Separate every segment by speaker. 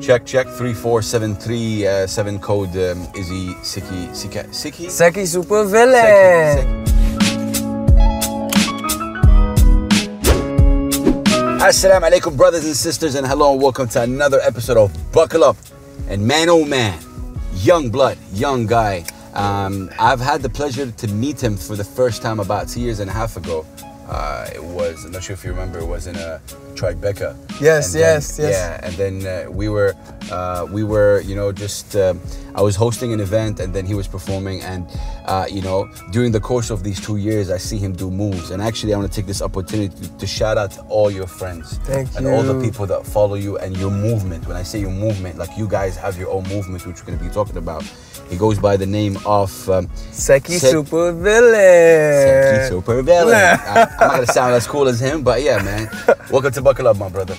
Speaker 1: Check, check. 3473 uh, 7 code um, Izzy Siki Sika Siki.
Speaker 2: Seki Super
Speaker 1: Seki,
Speaker 2: Villain.
Speaker 1: Seki. Assalamu alaikum, brothers and sisters, and hello, and welcome to another episode of Buckle Up. And man, oh man, young blood, young guy. Um, I've had the pleasure to meet him for the first time about two years and a half ago. Uh, it was, I'm not sure if you remember, it was in a Tribeca.
Speaker 2: Yes,
Speaker 1: And then-
Speaker 2: yes, yes.
Speaker 1: Yeah, and then uh, we were uh, we were you know just um I was hosting an event and then he was performing and uh, you know during the course of these two years I see him do moves and actually I want to take this opportunity to, to shout out to all your friends
Speaker 2: Thank
Speaker 1: and all the
Speaker 2: you.
Speaker 1: people that follow you and your movement when I say your movement like you guys have your own movement which we're going to be talking about he goes by the name of um,
Speaker 2: Seki
Speaker 1: Sek-
Speaker 2: Super Villain.
Speaker 1: Seki Super Villain.
Speaker 2: Yeah.
Speaker 1: I, I'm not gonna sound as cool as him, but yeah, man. Welcome to Buckle Up, my brother.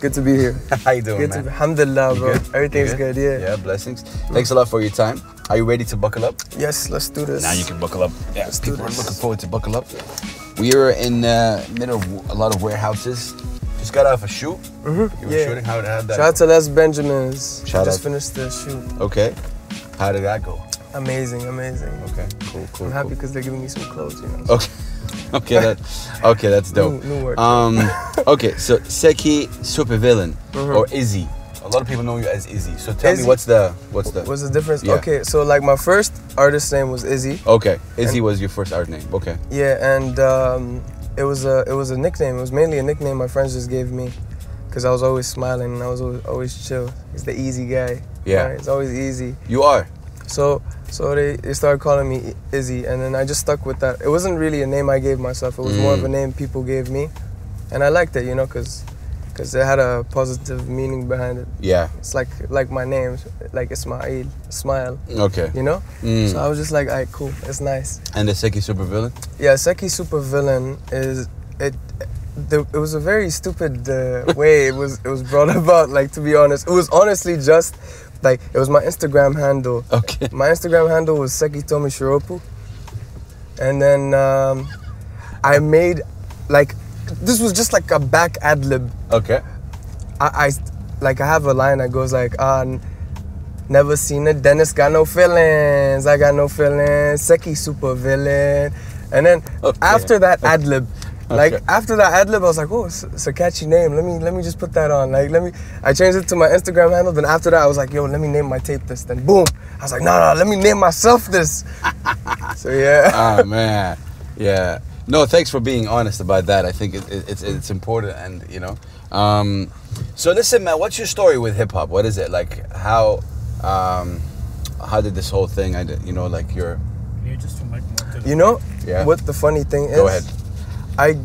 Speaker 2: Good to be here.
Speaker 1: How you doing,
Speaker 2: Good
Speaker 1: man?
Speaker 2: to be. Alhamdulillah,
Speaker 1: You
Speaker 2: bro.
Speaker 1: good? You
Speaker 2: Everything's good, yeah.
Speaker 1: Yeah, blessings. Thanks a lot for your time. Are you ready to buckle up?
Speaker 2: Yes, let's do this.
Speaker 1: Now you can buckle up. Yeah,
Speaker 2: Let's do
Speaker 1: people are
Speaker 2: this.
Speaker 1: looking forward to buckle up. We are in the middle of a lot of warehouses. Just got off a shoot. You were
Speaker 2: Mm-hmm. yeah.
Speaker 1: shooting. How did how did that?
Speaker 2: Shout out to Les Benjamins. She
Speaker 1: Shout
Speaker 2: just
Speaker 1: out.
Speaker 2: finished the shoot.
Speaker 1: go? Okay. How did that go?
Speaker 2: Amazing, amazing.
Speaker 1: Okay. Cool. Cool.
Speaker 2: I'm happy
Speaker 1: cool.
Speaker 2: because they're giving me some clothes, you know.
Speaker 1: Okay. Okay, that, okay, that's dope.
Speaker 2: New- new word.
Speaker 1: Um, okay, so Seki Supervillain
Speaker 2: Mhm.
Speaker 1: or Izzy. A lot of people know you as Izzy. So tell
Speaker 2: Izzy.
Speaker 1: me what's the what's the
Speaker 2: What's the difference?
Speaker 1: Oh. Yeah.
Speaker 2: Okay, so like my first artist name was Izzy.
Speaker 1: okay? Izzy was your first art name. Okay.
Speaker 2: Yeah, and um, it was a it was a nickname. It was mainly a nickname my friends just gave me, because I was always smiling and I was always, always chill. He's the easy guy.
Speaker 1: Yeah.
Speaker 2: right? it's always easy.
Speaker 1: You are.
Speaker 2: So so they, they started calling me I- Izzy, and then I just stuck with that. It wasn't really a name I gave myself. It was more of
Speaker 1: Mm.
Speaker 2: a name people gave me, and I liked it, you know, because because it had a positive meaning behind it.
Speaker 1: Yeah.
Speaker 2: It's like like my name, like Ismail, smile,
Speaker 1: Okay.
Speaker 2: you know.
Speaker 1: Mm.
Speaker 2: So I was just like, alright, cool, it's nice.
Speaker 1: And the Seki supervillain?
Speaker 2: Yeah, Seki Super Villain is it. The, it was a very stupid uh, way it was it was brought about. Like to be honest, it was honestly just like it was my Instagram handle.
Speaker 1: Okay.
Speaker 2: My Instagram handle was Seki Tomi Shiropu, and then um, I made like this was just like a back ad lib.
Speaker 1: Okay.
Speaker 2: I, I like I have a line that goes like ah. n- Never seen a dentist, got no feelings. I got no feelings. Seki super villain. And then
Speaker 1: Okay.
Speaker 2: after that ad lib, like
Speaker 1: Okay.
Speaker 2: after that ad lib, I was like, oh, it's, it's a catchy name. Let me let me just put that on. Like let me. I changed it to my Instagram handle. Then after that, I was like, yo, let me name my tape this. Then boom, I was like, no, no, let me name myself this. so yeah,
Speaker 1: Ah man. Yeah. No, thanks for being honest about that. I think it, it, it's it's important, and you know. Um, so listen, man. What's your story with hip hop? What is it like? How um, how did this whole thing? I did, you know, like your
Speaker 3: You just invite more to the
Speaker 2: you know
Speaker 1: Yeah.
Speaker 2: what the funny thing is?
Speaker 1: go ahead.
Speaker 2: I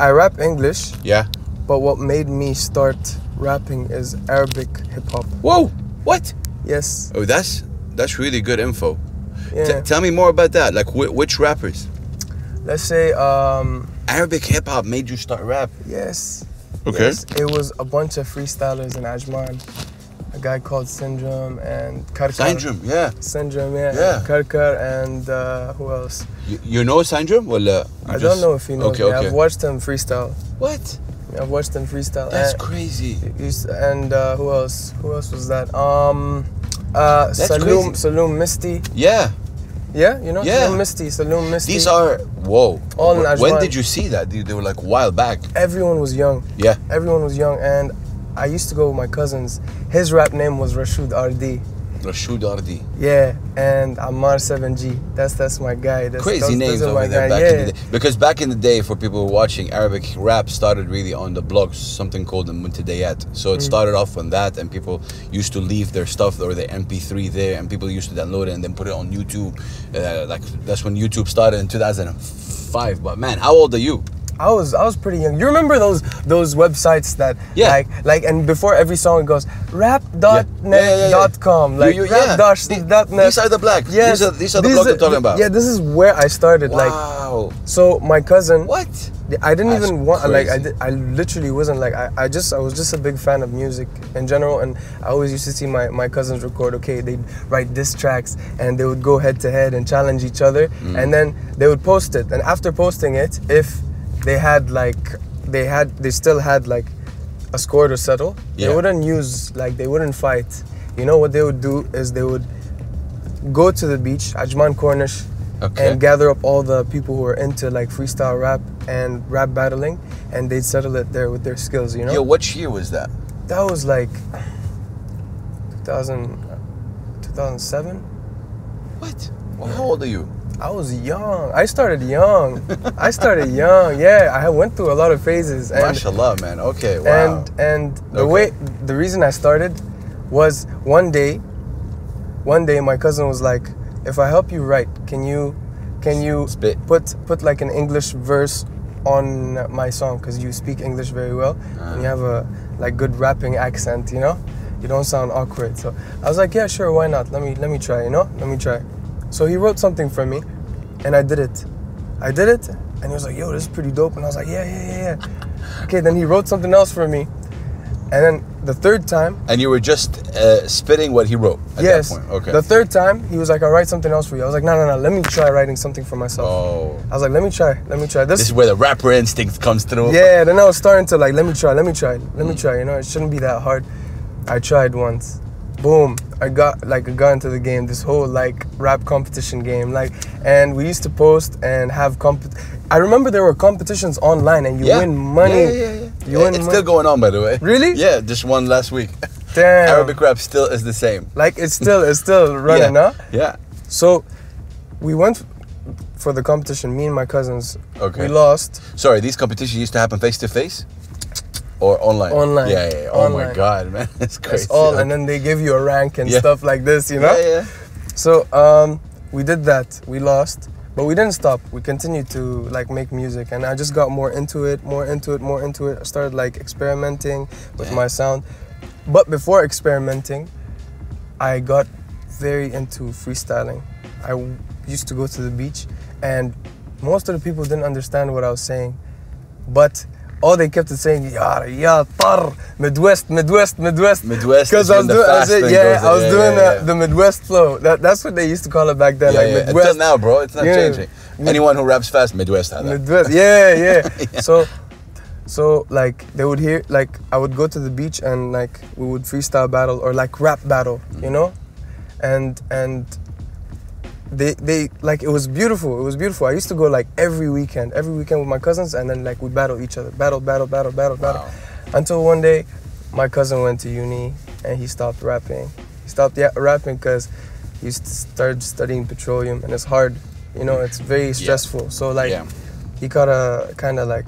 Speaker 2: I rap English,
Speaker 1: Yeah.
Speaker 2: but what made me start rapping is Arabic hip hop.
Speaker 1: Whoa. What?
Speaker 2: Yes.
Speaker 1: Oh, that's that's really good info.
Speaker 2: Yeah.
Speaker 1: T- tell me more about that. Like, whi which rappers?
Speaker 2: Let's say, um,
Speaker 1: Arabic hip hop made you start rap.
Speaker 2: yes.
Speaker 1: Okay.
Speaker 2: yes, It was a bunch of freestylers in Ajman. A guy called Syndrome and Karkar.
Speaker 1: Syndrome. Yeah.
Speaker 2: Syndrome, yeah.
Speaker 1: Yeah.
Speaker 2: and Karkar and uh, who else?
Speaker 1: You, you know Syndrome? Well, uh,
Speaker 2: I don't know if you know.
Speaker 1: Okay.
Speaker 2: me.
Speaker 1: Okay.
Speaker 2: I've watched him freestyle.
Speaker 1: What?
Speaker 2: I've watched him freestyle.
Speaker 1: That's
Speaker 2: and,
Speaker 1: crazy.
Speaker 2: you s- and uh, who else? Who else was that? Um, uh,
Speaker 1: That's
Speaker 2: Saloom,
Speaker 1: crazy.
Speaker 2: Saloom Misty.
Speaker 1: Yeah,
Speaker 2: Yeah, you know?
Speaker 1: Yeah.
Speaker 2: Saloom Misty, Saloom Misty.
Speaker 1: these are whoa.
Speaker 2: All in
Speaker 1: Wh- when
Speaker 2: Ajwan.
Speaker 1: did you see that? They, they were like a while back.
Speaker 2: Everyone was young.
Speaker 1: Yeah.
Speaker 2: Everyone was young. And I used to go with my cousins. His rap name was Rashid RD.
Speaker 1: Rashid Ardi.
Speaker 2: Yeah, and Ammar 7G. That's that's my guy. That's,
Speaker 1: Crazy
Speaker 2: those- those
Speaker 1: names
Speaker 2: are
Speaker 1: over
Speaker 2: my
Speaker 1: there
Speaker 2: guy.
Speaker 1: back
Speaker 2: yeah.
Speaker 1: in the day. Because back in the day, for people who are watching, Arabic rap started really on the blogs, something called the Muntadayat. So it
Speaker 2: Mm.
Speaker 1: started off on that, and people used to leave their stuff or their MP3 there, and people used to download it and then put it on YouTube. Uh, like that's when YouTube started in 2005. But man, how old are you?
Speaker 2: I was I was pretty young. You remember those those websites that
Speaker 1: Yeah.
Speaker 2: like like and before every song it goes
Speaker 1: Yeah. Yeah, yeah, yeah.
Speaker 2: rap.net.com like
Speaker 1: You- you- yeah.
Speaker 2: rap dash
Speaker 1: The-
Speaker 2: dot net.
Speaker 1: These are the black.
Speaker 2: Yes,
Speaker 1: These are, these are the blogs I'm talking about.
Speaker 2: Yeah, this is where I started. Like
Speaker 1: wow.
Speaker 2: so my cousin
Speaker 1: What?
Speaker 2: I didn't
Speaker 1: That's
Speaker 2: even want like I,
Speaker 1: crazy.
Speaker 2: did, I literally wasn't like I, I just I was just a big fan of music in general and I always used to see my, my cousins record okay they'd write diss tracks and they would go head to head and challenge each other
Speaker 1: Mm.
Speaker 2: and then they would post it and after posting it if they had like they had they still had like a score to settle,
Speaker 1: Yeah.
Speaker 2: they wouldn't use like they wouldn't fight. You know what they would do is they would go to the beach, Ajman Cornish,
Speaker 1: Okay.
Speaker 2: and gather up all the people who are into like freestyle rap and rap battling, and they'd settle it there with their skills. You know,
Speaker 1: Yo, what year was that?
Speaker 2: that was like 2000, 2007.
Speaker 1: What? Well, how old are you?
Speaker 2: I was young. I started young. I started young. Yeah, I went through a lot of phases. And
Speaker 1: Mashallah, man. Okay, wow.
Speaker 2: And and the
Speaker 1: Okay.
Speaker 2: way the reason I started was one day, one day my cousin was like, "If I help you write, can you, can you
Speaker 1: Spit.
Speaker 2: put put like an English verse on my song? Because you speak English very well and you have a like good rapping accent, you know." You don't sound awkward, so I was like, "Yeah, sure, why not? Let me let me try, you know, let me try." So he wrote something for me, and I did it. I did it, and he was like, "Yo, this is pretty dope," and I was like, "Yeah, yeah, yeah, yeah." Okay, then he wrote something else for me. And then the third time,
Speaker 1: And you were just uh, spitting what he wrote at
Speaker 2: yes.
Speaker 1: that point. Okay.
Speaker 2: The third time, he was like, I'll write something else for you. I was like, no, no, no, let me try writing something for myself.
Speaker 1: oh.
Speaker 2: I was like, let me try, let me try. This,
Speaker 1: This is where the rapper instinct comes through.
Speaker 2: yeah, then I was starting to like, let me try, let me try, let me try. You know, it shouldn't be that hard. I tried once. Boom! I got like I got into the game. This whole like rap competition game, like, and we used to post and have comp. I remember there were competitions online, and you
Speaker 1: Yeah.
Speaker 2: win money.
Speaker 1: Yeah, yeah, yeah, yeah.
Speaker 2: You
Speaker 1: Yeah,
Speaker 2: win
Speaker 1: it's
Speaker 2: money.
Speaker 1: still going on, by the way.
Speaker 2: Really?
Speaker 1: Yeah, just one last week.
Speaker 2: Damn.
Speaker 1: Arabic rap still is the same.
Speaker 2: Like it's still it's still running,
Speaker 1: yeah.
Speaker 2: huh?
Speaker 1: Yeah.
Speaker 2: So we went for the competition, me and my cousins.
Speaker 1: Okay.
Speaker 2: We lost.
Speaker 1: Sorry, these competitions used to happen face to face or online?
Speaker 2: Online.
Speaker 1: Yeah, yeah, yeah. Oh my
Speaker 2: Online.
Speaker 1: God, man. That's crazy.
Speaker 2: That's all. And
Speaker 1: Okay.
Speaker 2: then they give you a rank and
Speaker 1: Yeah.
Speaker 2: stuff like this, you know?
Speaker 1: Yeah, yeah.
Speaker 2: So um, we did that. We lost. But we didn't stop. We continued to like make music and I just got more into it, more into it, more into it. I started like experimenting with
Speaker 1: Yeah.
Speaker 2: my sound. But before experimenting, I got very into freestyling. I w- used to go to the beach, and most of the people didn't understand what I was saying, but all they kept is saying "Yar, ya, tar, Midwest, Midwest, Midwest."
Speaker 1: Midwest
Speaker 2: Because
Speaker 1: is
Speaker 2: I was
Speaker 1: when the
Speaker 2: doing, I
Speaker 1: fast
Speaker 2: said,
Speaker 1: thing
Speaker 2: yeah,
Speaker 1: goes
Speaker 2: I was
Speaker 1: in. Yeah,
Speaker 2: doing
Speaker 1: yeah,
Speaker 2: the-
Speaker 1: yeah.
Speaker 2: the Midwest flow. That, that's what they used to call it back then,
Speaker 1: Yeah,
Speaker 2: like
Speaker 1: yeah.
Speaker 2: Midwest.
Speaker 1: Until now, bro, it's not
Speaker 2: Yeah.
Speaker 1: changing. Anyone who raps fast, Midwest had that.
Speaker 2: Midwest. Yeah, yeah. So, so like they would hear like I would go to the beach and like we would freestyle battle or like rap battle, you
Speaker 1: Mm.
Speaker 2: know, and and they they like it was beautiful. It was beautiful. I used to go like every weekend, every weekend with my cousins, and then like we battle each other, battle, battle, battle, battle, battle,
Speaker 1: Wow.
Speaker 2: until one day my cousin went to uni and he stopped rapping. He stopped yeah, rapping because he st- started studying petroleum and it's hard. You know, it's very stressful. So like
Speaker 1: Yeah.
Speaker 2: he got a kind of like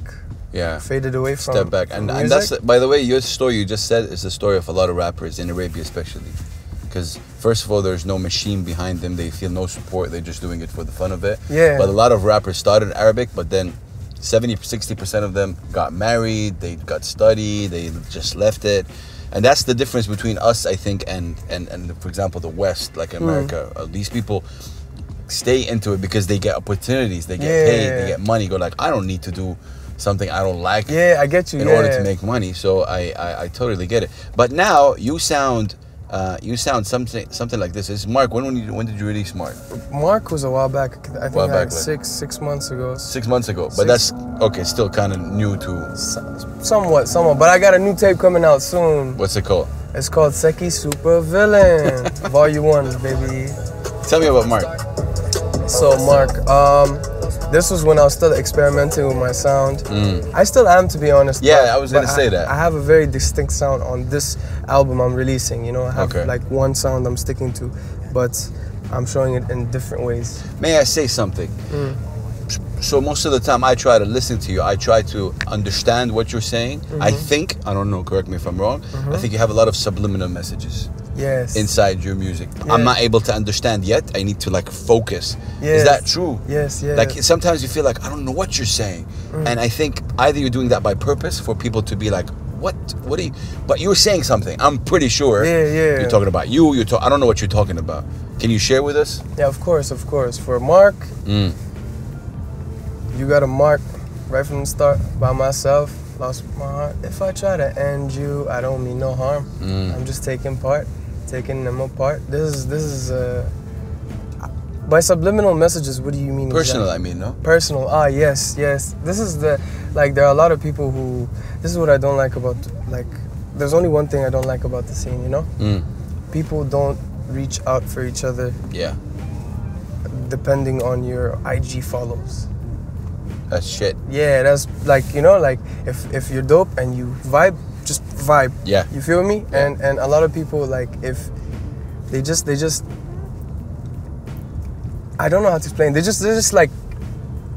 Speaker 1: Yeah.
Speaker 2: faded away from
Speaker 1: Step back.
Speaker 2: from
Speaker 1: And, and that's,
Speaker 2: music.
Speaker 1: by the way, your story you just said is the story of a lot of rappers in Arabia, especially. Because, first of all, there's no machine behind them. They feel no support. They're just doing it for the fun of it.
Speaker 2: Yeah.
Speaker 1: But a lot of rappers started Arabic, but then 70, 60% of them got married, they got studied, they just left it. And that's the difference between us, I think, and, and, and for example, the West, like
Speaker 2: Hmm.
Speaker 1: America. Uh, These people stay into it because they get opportunities, they get
Speaker 2: Yeah.
Speaker 1: paid, they get money. Go like, I don't need to do something I don't like
Speaker 2: yeah, I get you.
Speaker 1: in
Speaker 2: yeah.
Speaker 1: order to make money. So I, I, I totally get it. But now you sound uh, you sound something something like this. Is Mark when when, you, when did you release Mark?
Speaker 2: Mark was a while back. I think
Speaker 1: While
Speaker 2: like
Speaker 1: back, like-
Speaker 2: six six months ago.
Speaker 1: Six months ago. But
Speaker 2: Six.
Speaker 1: that's okay. Still kind of new to
Speaker 2: So- Somewhat, somewhat. But I got a new tape coming out soon.
Speaker 1: what's it called?
Speaker 2: It's called Seki Super Villain, Volume One, baby.
Speaker 1: Tell me about Mark.
Speaker 2: So Mark, um, this was when I was still experimenting with my sound. I still am, to be honest.
Speaker 1: Mm. Yeah, I was gonna
Speaker 2: but
Speaker 1: say that.
Speaker 2: I have a very distinct sound on this album I'm releasing. You know, I have
Speaker 1: Okay.
Speaker 2: like one sound I'm sticking to, but I'm showing it in different ways.
Speaker 1: May I say something?
Speaker 2: Mm.
Speaker 1: So most of the time I try to listen to you. I try to understand what you're saying. I
Speaker 2: Mm-hmm.
Speaker 1: think I don't know. Correct me if I'm wrong. I think you have a lot of subliminal messages.
Speaker 2: Yes.
Speaker 1: inside your music. I'm
Speaker 2: Yeah.
Speaker 1: not able to understand yet. I need to like focus. Is
Speaker 2: Yes.
Speaker 1: that true?
Speaker 2: Yes, yes.
Speaker 1: Like sometimes you feel like I don't know what you're saying,
Speaker 2: Mm.
Speaker 1: and I think either you're doing that by purpose for people to be like, "What? What are you?" But you're saying something. I'm pretty sure.
Speaker 2: Yeah, yeah.
Speaker 1: You're talking about you. You're. talking. I don't know what you're talking about. Can you share with us?
Speaker 2: Yeah, of course, of course. For Mark,
Speaker 1: Mm.
Speaker 2: you got a mark right from the start by myself. Lost my heart. If I try to end you, I don't mean no harm.
Speaker 1: Mm.
Speaker 2: I'm just taking part, taking them apart. This is this is. Uh, By subliminal messages, what do you mean?
Speaker 1: Personal,
Speaker 2: exactly?
Speaker 1: I mean, no?
Speaker 2: personal ah yes yes this is the like there are a lot of people who this is what i don't like about like there's only one thing i don't like about the scene you know
Speaker 1: Mm,
Speaker 2: people don't reach out for each other
Speaker 1: yeah.
Speaker 2: depending on your ig follows
Speaker 1: That's shit.
Speaker 2: yeah that's like you know like if if you're dope and you vibe just vibe
Speaker 1: Yeah.
Speaker 2: you feel me and and a lot of people like if they just they just i don't know how to explain they just they're just like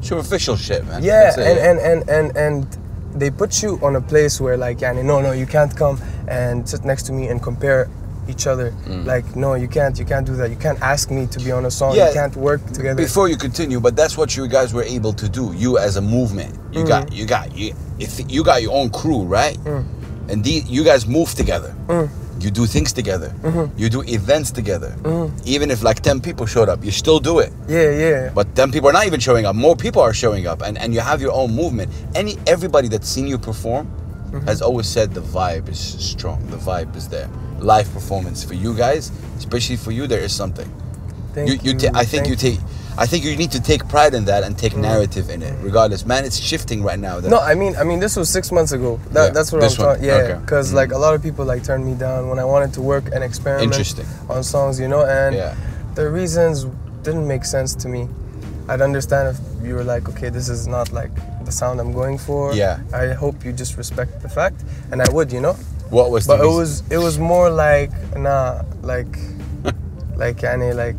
Speaker 1: Superficial shit, man.
Speaker 2: Yeah,
Speaker 1: That's it,
Speaker 2: and, and, and, and, and they put you on a place where like, yani, no, no, you can't come and sit next to me and compare each other.
Speaker 1: Mm.
Speaker 2: Like, no, you can't, you can't do that. You can't ask me to be on a song.
Speaker 1: Yeah.
Speaker 2: You can't work together.
Speaker 1: Before you continue, but that's what you guys were able to do. You as a movement, you got you got you if you got your own crew, right? And the, you guys move together. You do things together. You do events together. Even if like ten people showed up, you still do it.
Speaker 2: yeah, yeah.
Speaker 1: But then people are not even showing up. More people are showing up, and, and you have your own movement. Any everybody that's seen you perform has always said the vibe is strong. The vibe is there. Live performance for you guys, especially for you, there is something.
Speaker 2: Thank
Speaker 1: you, you ta- I think
Speaker 2: thank
Speaker 1: you take. I think you need to take pride in that and take narrative in it. Regardless, man, it's shifting right now. That,
Speaker 2: No, I mean, I mean, this was six months ago. That,
Speaker 1: Yeah,
Speaker 2: that's what I'm
Speaker 1: this one.
Speaker 2: talking. Yeah,
Speaker 1: Okay. Mm-hmm.
Speaker 2: because like a lot of people like turned me down when I wanted to work and experiment
Speaker 1: Interesting.
Speaker 2: on songs, you know, and
Speaker 1: Yeah.
Speaker 2: the reasons didn't make sense to me. I'd understand if you were like, okay, this is not like the sound I'm going for.
Speaker 1: Yeah.
Speaker 2: I hope you just respect the fact, and I would, you know.
Speaker 1: what was
Speaker 2: But
Speaker 1: the
Speaker 2: it
Speaker 1: reason?
Speaker 2: was it was more like nah, like like Annie, like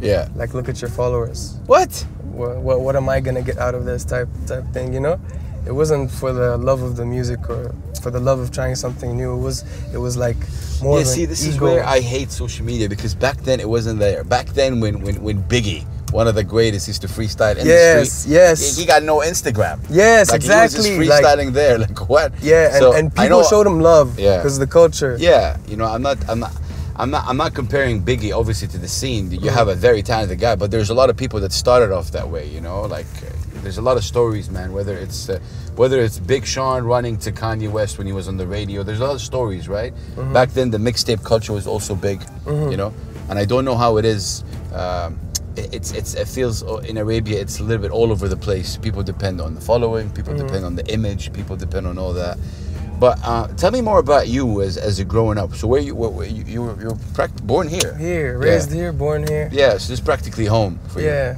Speaker 1: yeah.
Speaker 2: like look at your followers
Speaker 1: What?
Speaker 2: what, what, what am I gonna get out of this type type thing, you know? It wasn't for the love of the music or for the love of trying something new. It was it was like more
Speaker 1: yeah,
Speaker 2: of an
Speaker 1: see, this
Speaker 2: ego.
Speaker 1: is where I hate social media because back then it wasn't there. Back then, when when, when Biggie, one of the greatest, used to freestyle in the
Speaker 2: Yes,
Speaker 1: street,
Speaker 2: yes.
Speaker 1: he, he got no Instagram.
Speaker 2: yes,
Speaker 1: like,
Speaker 2: exactly.
Speaker 1: He was just
Speaker 2: like-
Speaker 1: freestyling there, like what?
Speaker 2: yeah, and,
Speaker 1: So,
Speaker 2: and
Speaker 1: I
Speaker 2: people
Speaker 1: know-
Speaker 2: showed him love
Speaker 1: Yeah.
Speaker 2: because the culture.
Speaker 1: Yeah, you know, I'm not, I'm not. I'm not, I'm not comparing Biggie obviously to the scene. You have a very talented guy, but there's a lot of people that started off that way, you know? Like uh, there's a lot of stories, man, whether it's uh, whether it's Big Sean running to Kanye West when he was on the radio. There's a lot of stories, right? Back then the mixtape culture was also big, you know? And I don't know how it is um, it- it's it's it feels uh, in Arabia it's a little bit all over the place. People depend on the following, people depend on the image, people depend on all that. But uh, tell me more about you as as a growing up. So where you where, where you you were, you were prac- born here?
Speaker 2: Here,
Speaker 1: yeah.
Speaker 2: raised here, born here.
Speaker 1: Yeah, so this is practically home for you.
Speaker 2: Yeah.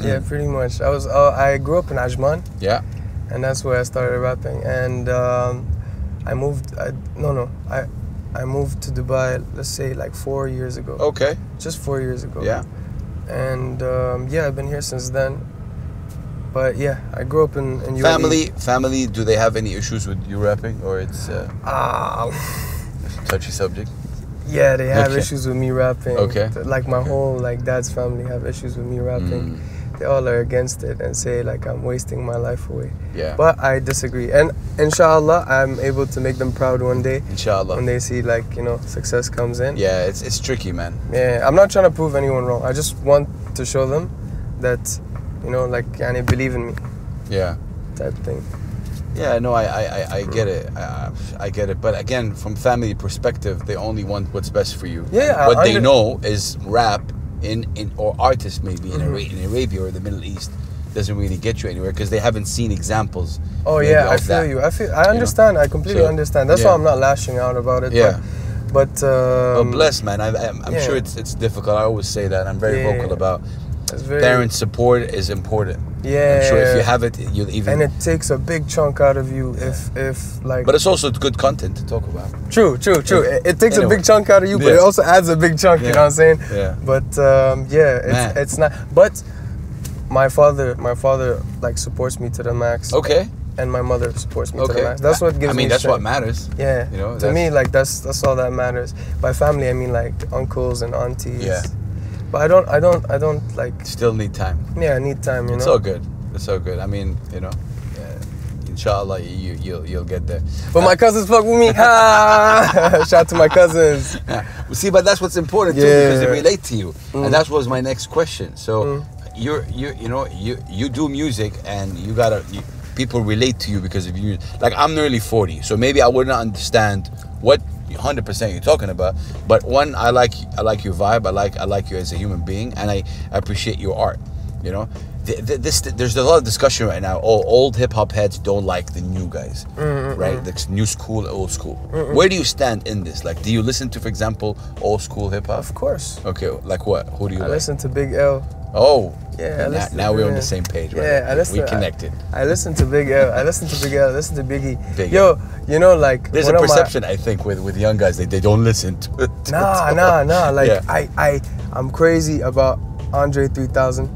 Speaker 2: Yeah,
Speaker 1: Mm.
Speaker 2: pretty much. I was uh, I grew up in Ajman.
Speaker 1: Yeah.
Speaker 2: and that's where I started rapping. And um, I moved. I, no, no, I I moved to Dubai. Let's say like four years ago.
Speaker 1: Okay.
Speaker 2: Just four years ago.
Speaker 1: Oh. Yeah.
Speaker 2: And um, yeah, I've been here since then. But yeah, I grew up in, E. in UAE.
Speaker 1: Family family. Do they have any issues with you rapping or it's uh,
Speaker 2: Ah,
Speaker 1: it's a touchy subject?
Speaker 2: yeah, they have
Speaker 1: Okay.
Speaker 2: issues with me rapping.
Speaker 1: Okay. Mm.
Speaker 2: Like my whole like dad's family have issues with me rapping. They all are against it and say like I'm wasting my life away.
Speaker 1: Mm, Yeah.
Speaker 2: But I disagree. And inshallah, I'm able to make them proud one day. when
Speaker 1: Inshallah.
Speaker 2: they see like you know success comes in.
Speaker 1: Yeah, it's it's tricky, man.
Speaker 2: Yeah, I'm not trying to prove anyone wrong. I just want to show them that you know like yani believe in me
Speaker 1: Yeah.
Speaker 2: type thing.
Speaker 1: Yeah, no, I, I, I, I get it. I, I I get it. But again, from family perspective, they only want what's best for you.
Speaker 2: Yeah,
Speaker 1: And
Speaker 2: I
Speaker 1: what they
Speaker 2: under-
Speaker 1: know is rap in, in or artists maybe in, Ara-
Speaker 2: Mm-hmm.
Speaker 1: in Arabia or the Middle East doesn't really get you anywhere because they haven't seen examples.
Speaker 2: Oh
Speaker 1: maybe
Speaker 2: yeah, I
Speaker 1: of
Speaker 2: feel
Speaker 1: that.
Speaker 2: you. I feel I understand. I completely
Speaker 1: So,
Speaker 2: understand. That's
Speaker 1: yeah.
Speaker 2: why I'm not lashing out about it.
Speaker 1: Yeah.
Speaker 2: But but,
Speaker 1: But
Speaker 2: um,
Speaker 1: bless, man. I, I'm, I'm
Speaker 2: yeah.
Speaker 1: sure it's it's difficult. I always say that. I'm very
Speaker 2: Yeah.
Speaker 1: vocal about
Speaker 2: it's very,
Speaker 1: parent support is important.
Speaker 2: Yeah.
Speaker 1: I'm sure if you have it, you'll even.
Speaker 2: and it takes a big chunk out of you if if like
Speaker 1: but it's also good content to talk about.
Speaker 2: True, true, true.
Speaker 1: Yeah.
Speaker 2: It, it takes a
Speaker 1: Anyway.
Speaker 2: big chunk out of you, but it
Speaker 1: Yeah.
Speaker 2: also adds a big chunk. You
Speaker 1: Yeah.
Speaker 2: know what I'm saying?
Speaker 1: Yeah.
Speaker 2: But um, yeah, it's
Speaker 1: Man.
Speaker 2: it's not. But my father, my father like supports me to the max,
Speaker 1: Okay.
Speaker 2: and my mother supports me to
Speaker 1: Okay.
Speaker 2: the max. That's what gives me.
Speaker 1: I mean, that's what
Speaker 2: strength.
Speaker 1: matters.
Speaker 2: Yeah.
Speaker 1: you know,
Speaker 2: to
Speaker 1: that's-
Speaker 2: me, like that's that's all that matters. By family, I mean like uncles and aunties.
Speaker 1: Yeah.
Speaker 2: But I don't, I don't, I don't like.
Speaker 1: Still need time.
Speaker 2: Yeah, I need time. You
Speaker 1: It's
Speaker 2: know.
Speaker 1: all good. It's all good. I mean, you know, uh, inshallah, you you'll you'll get there.
Speaker 2: But my cousins fuck with me. Ha! Shout out to my cousins.
Speaker 1: Yeah. Well, See, but that's what's important too
Speaker 2: Yeah.
Speaker 1: because they relate to you, and that was my next question. So, you're you you know you you do music and you gotta you, people relate to you because of you. Like I'm nearly forty, so maybe I wouldn't understand what hundred percent you're talking about. But one, I like I like your vibe. I like I like you as a human being, and I appreciate your art. You know, Th- th- this there's a lot of discussion right now. Oh, old hip hop heads don't like the new guys, right? The new school, old school. Where do you stand in this? Like, do you listen to, for example, old school hip hop?
Speaker 2: Of course.
Speaker 1: Okay, like what? Who do you
Speaker 2: I
Speaker 1: like?
Speaker 2: listen to Big L.
Speaker 1: Oh,
Speaker 2: Yeah, I
Speaker 1: Now,
Speaker 2: listen-
Speaker 1: now we're on
Speaker 2: yeah.
Speaker 1: the same page, right?
Speaker 2: Yeah, I listen.
Speaker 1: We connected.
Speaker 2: I, I listen to Big L. I listen to Big L. I listen to Biggie.
Speaker 1: Big
Speaker 2: Yo, you know, like
Speaker 1: There's
Speaker 2: one
Speaker 1: a
Speaker 2: of my-
Speaker 1: perception, I think, with, with young guys that they don't listen to it. to
Speaker 2: nah,
Speaker 1: it.
Speaker 2: nah, nah. Like
Speaker 1: Yeah.
Speaker 2: I, I, I'm crazy about Andre 3000.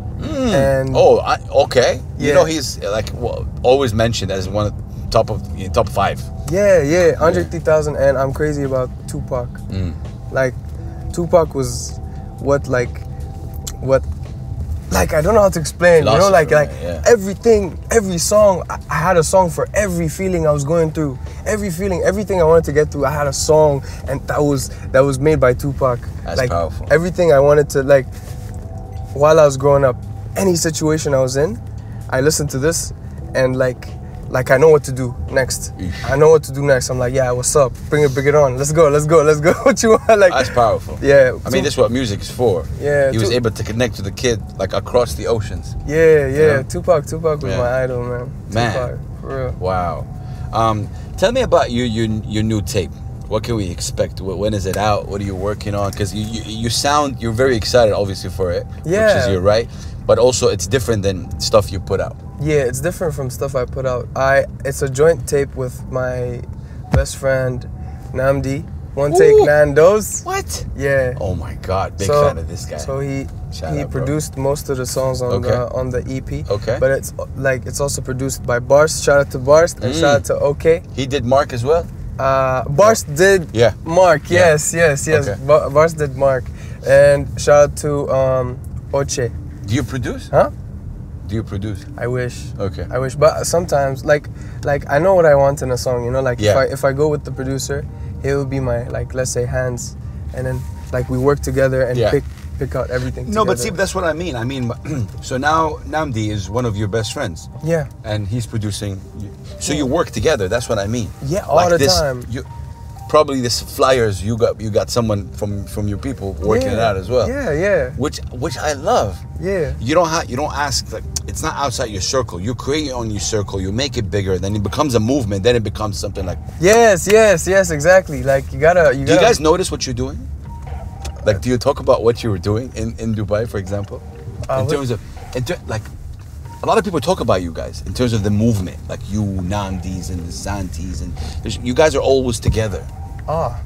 Speaker 2: And
Speaker 1: Oh, I, okay. You
Speaker 2: Yeah.
Speaker 1: know, he's uh, like well, always mentioned as one of top of yeah, top five.
Speaker 2: yeah, yeah, Andre
Speaker 1: Yeah.
Speaker 2: 3000. And I'm crazy about Tupac.
Speaker 1: Mm.
Speaker 2: Like, Tupac was what like, what. Like I don't know how to explain, you know,
Speaker 1: Philosopher,
Speaker 2: like like
Speaker 1: right, yeah.
Speaker 2: everything, every song. I, I had a song for every feeling I was going through, every feeling, everything I wanted to get through. I had a song, and that was that was made by Tupac.
Speaker 1: That's
Speaker 2: like
Speaker 1: powerful.
Speaker 2: everything I wanted to like, while I was growing up, any situation I was in, I listened to this and like like I know what to do next.
Speaker 1: Eesh.
Speaker 2: I know what to do next. I'm like, yeah, what's up? Bring it, bring it on. Let's go, let's go, let's go. what you want? Like
Speaker 1: That's powerful.
Speaker 2: Yeah.
Speaker 1: I mean,
Speaker 2: Tu-
Speaker 1: this is what music is for.
Speaker 2: Yeah,
Speaker 1: He was
Speaker 2: Tup-
Speaker 1: able to connect with the kid like across the oceans.
Speaker 2: Yeah, yeah.
Speaker 1: Yeah.
Speaker 2: Tupac, Tupac was
Speaker 1: Yeah.
Speaker 2: my idol, man.
Speaker 1: Man.
Speaker 2: Tupac, for real.
Speaker 1: Wow. Um, tell me about your your, your new tape. What can we expect? Wh- When is it out? What are you working on? Because you, you you sound you're very excited, obviously, for it, which is
Speaker 2: Yeah.
Speaker 1: your right. But also, it's different than stuff you put out.
Speaker 2: Yeah, it's different from stuff I put out. I it's a joint tape with my best friend Namdi. One take
Speaker 1: Ooh.
Speaker 2: Nando's.
Speaker 1: What?
Speaker 2: Yeah.
Speaker 1: Oh my God! Big
Speaker 2: So-
Speaker 1: fan of this guy.
Speaker 2: So he
Speaker 1: Shout
Speaker 2: he
Speaker 1: out, bro.
Speaker 2: produced most of the songs on
Speaker 1: Okay.
Speaker 2: the on the EP.
Speaker 1: Okay.
Speaker 2: But it's uh, like it's also produced by Barst. Shout out to Barst and
Speaker 1: Mm.
Speaker 2: shout out to OK.
Speaker 1: he did Mark as well.
Speaker 2: Uh, Barst did
Speaker 1: Yeah.
Speaker 2: Mark.
Speaker 1: Yeah.
Speaker 2: Yes, yes, yes.
Speaker 1: Okay.
Speaker 2: Ba- Barst did Mark, and shout out to um, Oche.
Speaker 1: Do you produce?
Speaker 2: Huh?
Speaker 1: Do you produce?
Speaker 2: I wish.
Speaker 1: Okay.
Speaker 2: I wish, but sometimes like like I know what I want in a song, you know. Like if
Speaker 1: Yeah.
Speaker 2: I if I go with the producer, he'll be my like let's say hands, and then like we work together and
Speaker 1: Yeah.
Speaker 2: pick pick out everything.
Speaker 1: No, but see,
Speaker 2: together.
Speaker 1: that's what I mean. I mean, so now Namdi is one of your best friends,
Speaker 2: yeah,
Speaker 1: and he's producing. So you work together. That's what I mean.
Speaker 2: Yeah, all the
Speaker 1: this,
Speaker 2: time.
Speaker 1: You, probably this flyers you got you got someone from from your people working it
Speaker 2: Yeah.
Speaker 1: out as well.
Speaker 2: Yeah, yeah.
Speaker 1: Which which I love.
Speaker 2: Yeah.
Speaker 1: You don't have you don't ask like it's not outside your circle. You create your own your circle. You make it bigger. Then it becomes a movement. Then it becomes something like
Speaker 2: Yes, yes, yes, exactly. Like you gotta, you
Speaker 1: Do you
Speaker 2: gotta.
Speaker 1: guys notice what you're doing? Like, do you talk about what you were doing in, in Dubai, for example?
Speaker 2: Uh,
Speaker 1: in
Speaker 2: what-
Speaker 1: terms of, in ter- like, a lot of people talk about you guys in terms of the movement, like you, Namdis, and the Zantis, and there's- you guys are always together.
Speaker 2: Ah,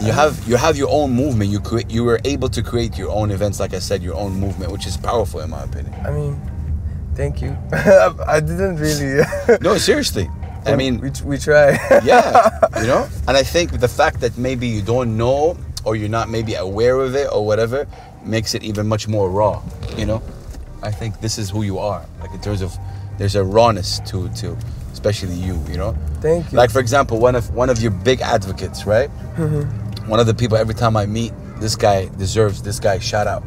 Speaker 1: You have you have your own movement. You create. You were able to create your own events, like I said, your own movement, which is powerful in my opinion.
Speaker 2: I mean, thank you. I, I didn't really.
Speaker 1: No, seriously. I mean,
Speaker 2: we we try.
Speaker 1: yeah, you know? And I think the fact that maybe you don't know or you're not maybe aware of it or whatever makes it even much more raw, you know? I think this is who you are. Like in terms of there's a rawness to to especially you, you know?
Speaker 2: Thank you.
Speaker 1: Like for example, one of one of your big advocates, right? One of the people every time I meet, this guy deserves this guy shout out.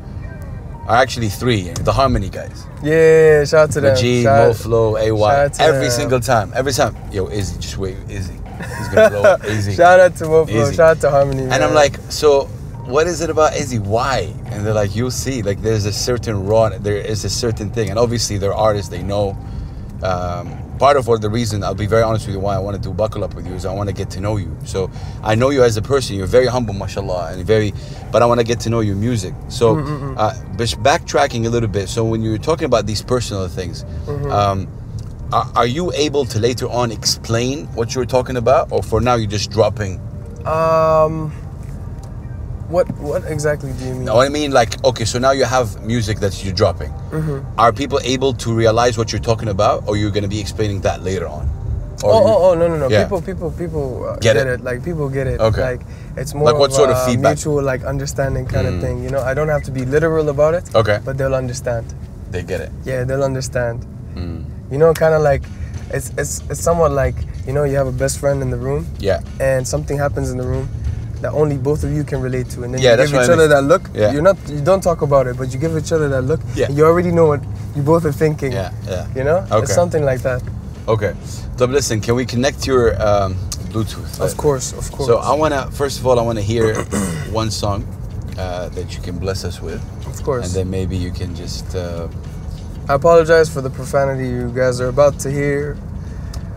Speaker 1: Are actually three, the harmony guys.
Speaker 2: yeah, shout out to them.
Speaker 1: Majid,
Speaker 2: Shout-
Speaker 1: Moflo, AY.
Speaker 2: shout out to
Speaker 1: Every
Speaker 2: them.
Speaker 1: single time. Every time. Yo, Izzy, just wait, Izzy. He's gonna blow up. Izzy.
Speaker 2: Shout out to Moflo.
Speaker 1: Easy.
Speaker 2: Shout out to Harmony.
Speaker 1: and I'm like, so what is it about Izzy? Why? And they're like, you'll see. Like there's a certain raw, there is a certain thing. And obviously they're artists, they know. Um, part of what the reason I'll be very honest with you why I wanted to buckle up with you is I want to get to know you. So I know you as a person. You're very humble, mashallah, and very. But I want to get to know your music. So, uh, just backtracking a little bit. So when you're talking about these personal things, um, are, are you able to later on explain what you were talking about, or for now you're just dropping
Speaker 2: um, what what exactly do you mean?
Speaker 1: No, I mean like okay, so now you have music that you're dropping.
Speaker 2: Mm-hmm.
Speaker 1: Are people able to realize what you're talking about, or you're going to be explaining that later on? Or
Speaker 2: oh,
Speaker 1: you-
Speaker 2: oh, oh, no, no, no.
Speaker 1: Yeah.
Speaker 2: People, people, people uh,
Speaker 1: Get it.
Speaker 2: get, it. Like people get it.
Speaker 1: Okay.
Speaker 2: Like it's more
Speaker 1: Like, what
Speaker 2: of
Speaker 1: sort of
Speaker 2: a
Speaker 1: feedback? Mm.
Speaker 2: mutual like understanding kind of thing. You know, I don't have to be literal about it.
Speaker 1: Okay.
Speaker 2: But they'll understand.
Speaker 1: they get it.
Speaker 2: Yeah, they'll understand.
Speaker 1: Mm.
Speaker 2: You know, kind of like it's it's it's somewhat like you know you have a best friend in the room
Speaker 1: Yeah,
Speaker 2: and something happens in the room that only both of you can relate to, and then
Speaker 1: Yeah,
Speaker 2: you
Speaker 1: that's
Speaker 2: give
Speaker 1: what
Speaker 2: each
Speaker 1: I
Speaker 2: other
Speaker 1: mean.
Speaker 2: that look.
Speaker 1: Yeah.
Speaker 2: You're not you don't talk about it, but you give each other that look.
Speaker 1: Yeah.
Speaker 2: And you already know what you both are thinking.
Speaker 1: yeah, yeah.
Speaker 2: You know,
Speaker 1: Okay.
Speaker 2: it's something like that.
Speaker 1: Okay. So listen, can we connect your um, Bluetooth.
Speaker 2: Of course, of course.
Speaker 1: So I wanna first of all I wanna hear one song uh, that you can bless us with,
Speaker 2: of course.
Speaker 1: and then maybe you can just uh,
Speaker 2: I apologize for the profanity you guys are about to hear,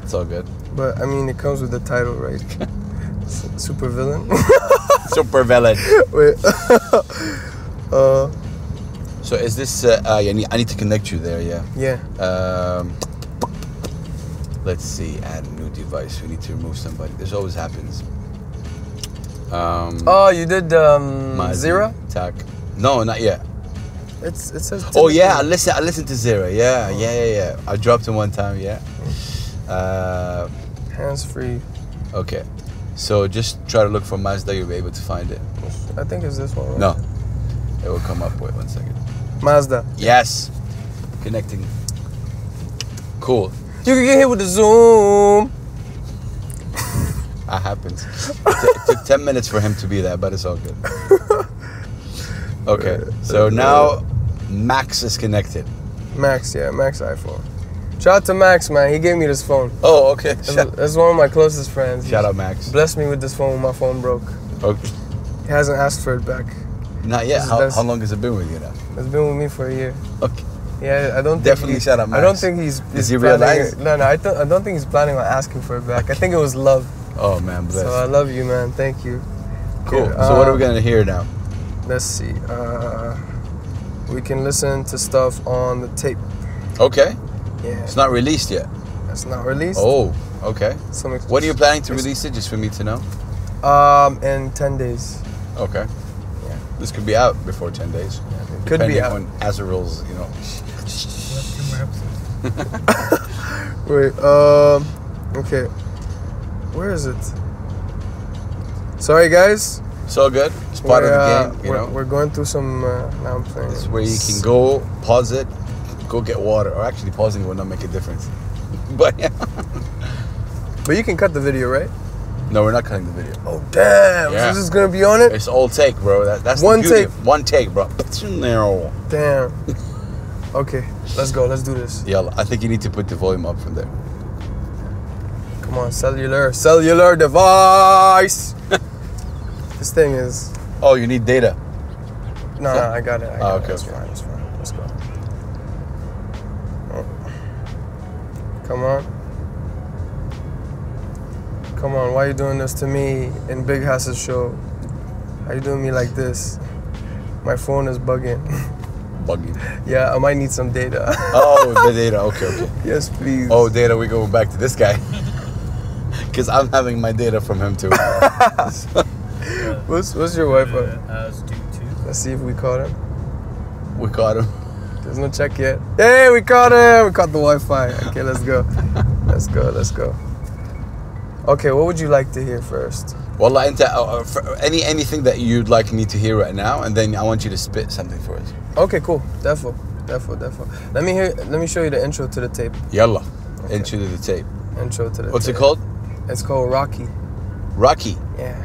Speaker 1: it's all good.
Speaker 2: but I mean it comes with the title, right? Super villain.
Speaker 1: Super valid.
Speaker 2: Wait. uh,
Speaker 1: So is this? Uh, uh, yeah, I need- I need to connect you there. Yeah.
Speaker 2: yeah.
Speaker 1: Um, let's see. Add a new device. We need to remove somebody. This always happens. Um,
Speaker 2: Oh, you did um,
Speaker 1: my
Speaker 2: Zira?
Speaker 1: Tack. No, not yet.
Speaker 2: It's it says.
Speaker 1: Oh yeah, I listen. I listened to Zira. Yeah,
Speaker 2: Oh.
Speaker 1: yeah, yeah, yeah. I dropped him one time. Yeah. Uh,
Speaker 2: Hands free.
Speaker 1: okay. So just try to look for Mazda. You'll be able to find it.
Speaker 2: I think it's this one. Right?
Speaker 1: No, it will come up. Wait one second.
Speaker 2: Mazda.
Speaker 1: Yes, connecting. Cool.
Speaker 2: You can get hit with the zoom.
Speaker 1: That happens. it took 10 minutes for him to be there, but it's all good. Okay,
Speaker 2: Uh,
Speaker 1: so now Max is connected.
Speaker 2: Max, yeah, Max iPhone. Shout out to Max, man. He gave me this phone.
Speaker 1: Oh, okay.
Speaker 2: That's,
Speaker 1: Shout,
Speaker 2: that's one of my closest friends.
Speaker 1: shout out, Max.
Speaker 2: Blessed me with this phone when my phone broke.
Speaker 1: Okay.
Speaker 2: He hasn't asked for it back.
Speaker 1: Not yet.
Speaker 2: is
Speaker 1: How,
Speaker 2: best.
Speaker 1: how long has it been with you now?
Speaker 2: It's been with me for a year.
Speaker 1: Okay.
Speaker 2: Yeah, I don't think
Speaker 1: Definitely
Speaker 2: he-
Speaker 1: shout out
Speaker 2: I don't
Speaker 1: Max.
Speaker 2: think he's. he's
Speaker 1: he
Speaker 2: planning-
Speaker 1: realize?
Speaker 2: No, no. I, th- I don't think he's planning on asking for it back. I think it was love.
Speaker 1: Oh, man, bless.
Speaker 2: So I love you, man. Thank you.
Speaker 1: cool.
Speaker 2: yeah,
Speaker 1: so, what are
Speaker 2: uh,
Speaker 1: we going to hear now?
Speaker 2: Let's see. Uh, we can listen to stuff on the tape.
Speaker 1: Okay.
Speaker 2: Yeah,
Speaker 1: It's not released yet.
Speaker 2: that's not released.
Speaker 1: Oh, okay.
Speaker 2: Some ex-
Speaker 1: When are you planning to
Speaker 2: It's-
Speaker 1: release it? Just for me to know?
Speaker 2: Um, in ten days.
Speaker 1: Okay.
Speaker 2: Yeah.
Speaker 1: This could be out before 10 days.
Speaker 2: Could
Speaker 1: depending
Speaker 2: be out.
Speaker 1: on Azeril's, you know.
Speaker 3: We have two more episodes.
Speaker 2: Wait. Um. Okay. Where is it? Sorry, guys.
Speaker 1: It's all good. It's part
Speaker 2: we're,
Speaker 1: of
Speaker 2: uh,
Speaker 1: the game, you
Speaker 2: we're,
Speaker 1: know.
Speaker 2: we're going through some. Uh, now I'm playing.
Speaker 1: It's where you can go, pause it, go get water. Or actually, pausing it will not make a difference. But yeah.
Speaker 2: But you can cut the video, right?
Speaker 1: No, we're not cutting the video.
Speaker 2: Oh damn!
Speaker 1: Yeah.
Speaker 2: So this is gonna be on it.
Speaker 1: It's all take, bro. That, that's
Speaker 2: One
Speaker 1: the beauty.
Speaker 2: take.
Speaker 1: One take, bro. It's in there.
Speaker 2: Damn. okay, let's go. Let's do this.
Speaker 1: Yeah, I think you need to put the volume up from there.
Speaker 2: Come on, cellular, cellular device. this thing is.
Speaker 1: Oh, you need data.
Speaker 2: No, no, I got it. I got
Speaker 1: Oh,
Speaker 2: it.
Speaker 1: okay,
Speaker 2: It's
Speaker 1: okay.
Speaker 2: fine. It's fine. Let's go. Oh. Come on. Come on. Why you doing this to me in Big House's show? How you doing me like this? My phone is bugging.
Speaker 1: Buggy.
Speaker 2: yeah, I might need some data.
Speaker 1: Oh, the data. Okay, okay.
Speaker 2: yes, please.
Speaker 1: Oh, data. We go back to this guy. Because I'm having my data from him too.
Speaker 2: what's what's your Wi-Fi?
Speaker 3: Uh, as due to.
Speaker 2: Let's see if we caught him.
Speaker 1: we caught him.
Speaker 2: There's no check yet. Hey, we caught him. We caught the Wi-Fi. Okay, let's go. Let's go. Let's go. Okay, what would you like to hear first?
Speaker 1: Well, into, uh, uh, for any anything that you'd like me to hear right now, and then I want you to spit something for us.
Speaker 2: Okay, cool. Defo, defo, defo. Let me hear. Let me show you the intro to the tape.
Speaker 1: Yalla. Into the tape.
Speaker 2: Intro to the.
Speaker 1: What's it
Speaker 2: tape.
Speaker 1: called?
Speaker 2: It's called Rocky.
Speaker 1: Rocky.
Speaker 2: Yeah.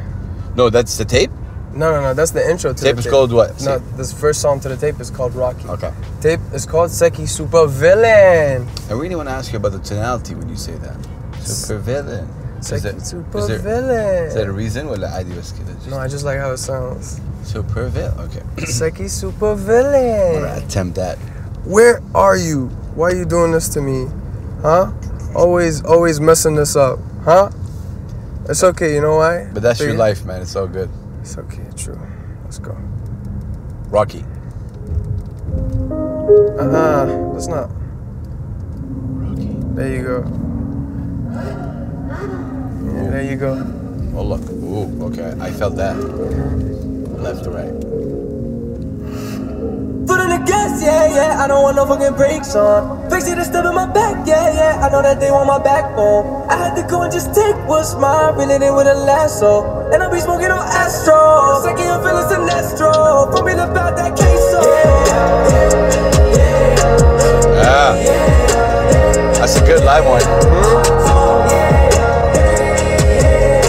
Speaker 1: No, that's the tape.
Speaker 2: No, no, no. That's the intro to
Speaker 1: Tape
Speaker 2: the
Speaker 1: is called what?
Speaker 2: No, this first song to the tape is called Rocky.
Speaker 1: Okay.
Speaker 2: Tape is called Seki Super Villain.
Speaker 1: I really want to ask you about the tonality when you say that. Super villain. Is
Speaker 2: Seki
Speaker 1: there, is,
Speaker 2: Super
Speaker 1: there,
Speaker 2: Villain.
Speaker 1: is there a reason? Well, I was kidding.
Speaker 2: no, I just like how it sounds.
Speaker 1: Super villain. Okay.
Speaker 2: Seki Super
Speaker 1: I'm
Speaker 2: Villain.
Speaker 1: gonna attempt that.
Speaker 2: Where are you? Why are you doing this to me? Huh? Always, always messing this up. Huh? It's okay, you know why?
Speaker 1: But that's your
Speaker 2: Figure-
Speaker 1: life, man. It's all good.
Speaker 2: It's okay, true. Let's go.
Speaker 1: Rocky.
Speaker 2: Uh uh, that's not. There you go. Yeah, there you go.
Speaker 1: Oh look. Ooh. Okay. I felt that. Left to right.
Speaker 4: Foot on the gas, yeah, yeah. I don't want no fucking brakes on. Fixing the step in my back, yeah, yeah. I know that they want my backbone. I had to go and just take what's mine, reel it in with a lasso. And I be smoking on Astro. Second, I'm feeling Sinestro. From me about that queso. Yeah,
Speaker 1: Ah. That's a good live one.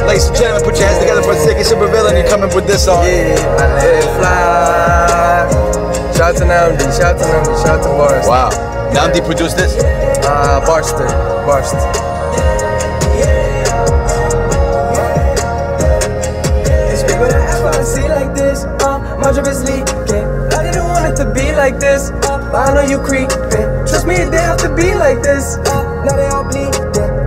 Speaker 1: Ladies and gentlemen, put your hands together for Sicky Super Villain. You're coming with this song.
Speaker 2: Yeah, I let it fly. Shout out to Namdi, shout out to Namdi, shout out to Barst.
Speaker 1: Wow. Namdi produced this.
Speaker 2: Uh, Barster, Barst.
Speaker 4: this, uh, much of it's leaking. I didn't want it to be like this, uh, but I know you creeping. Trust me, they have to be like this, uh, now they all bleeding.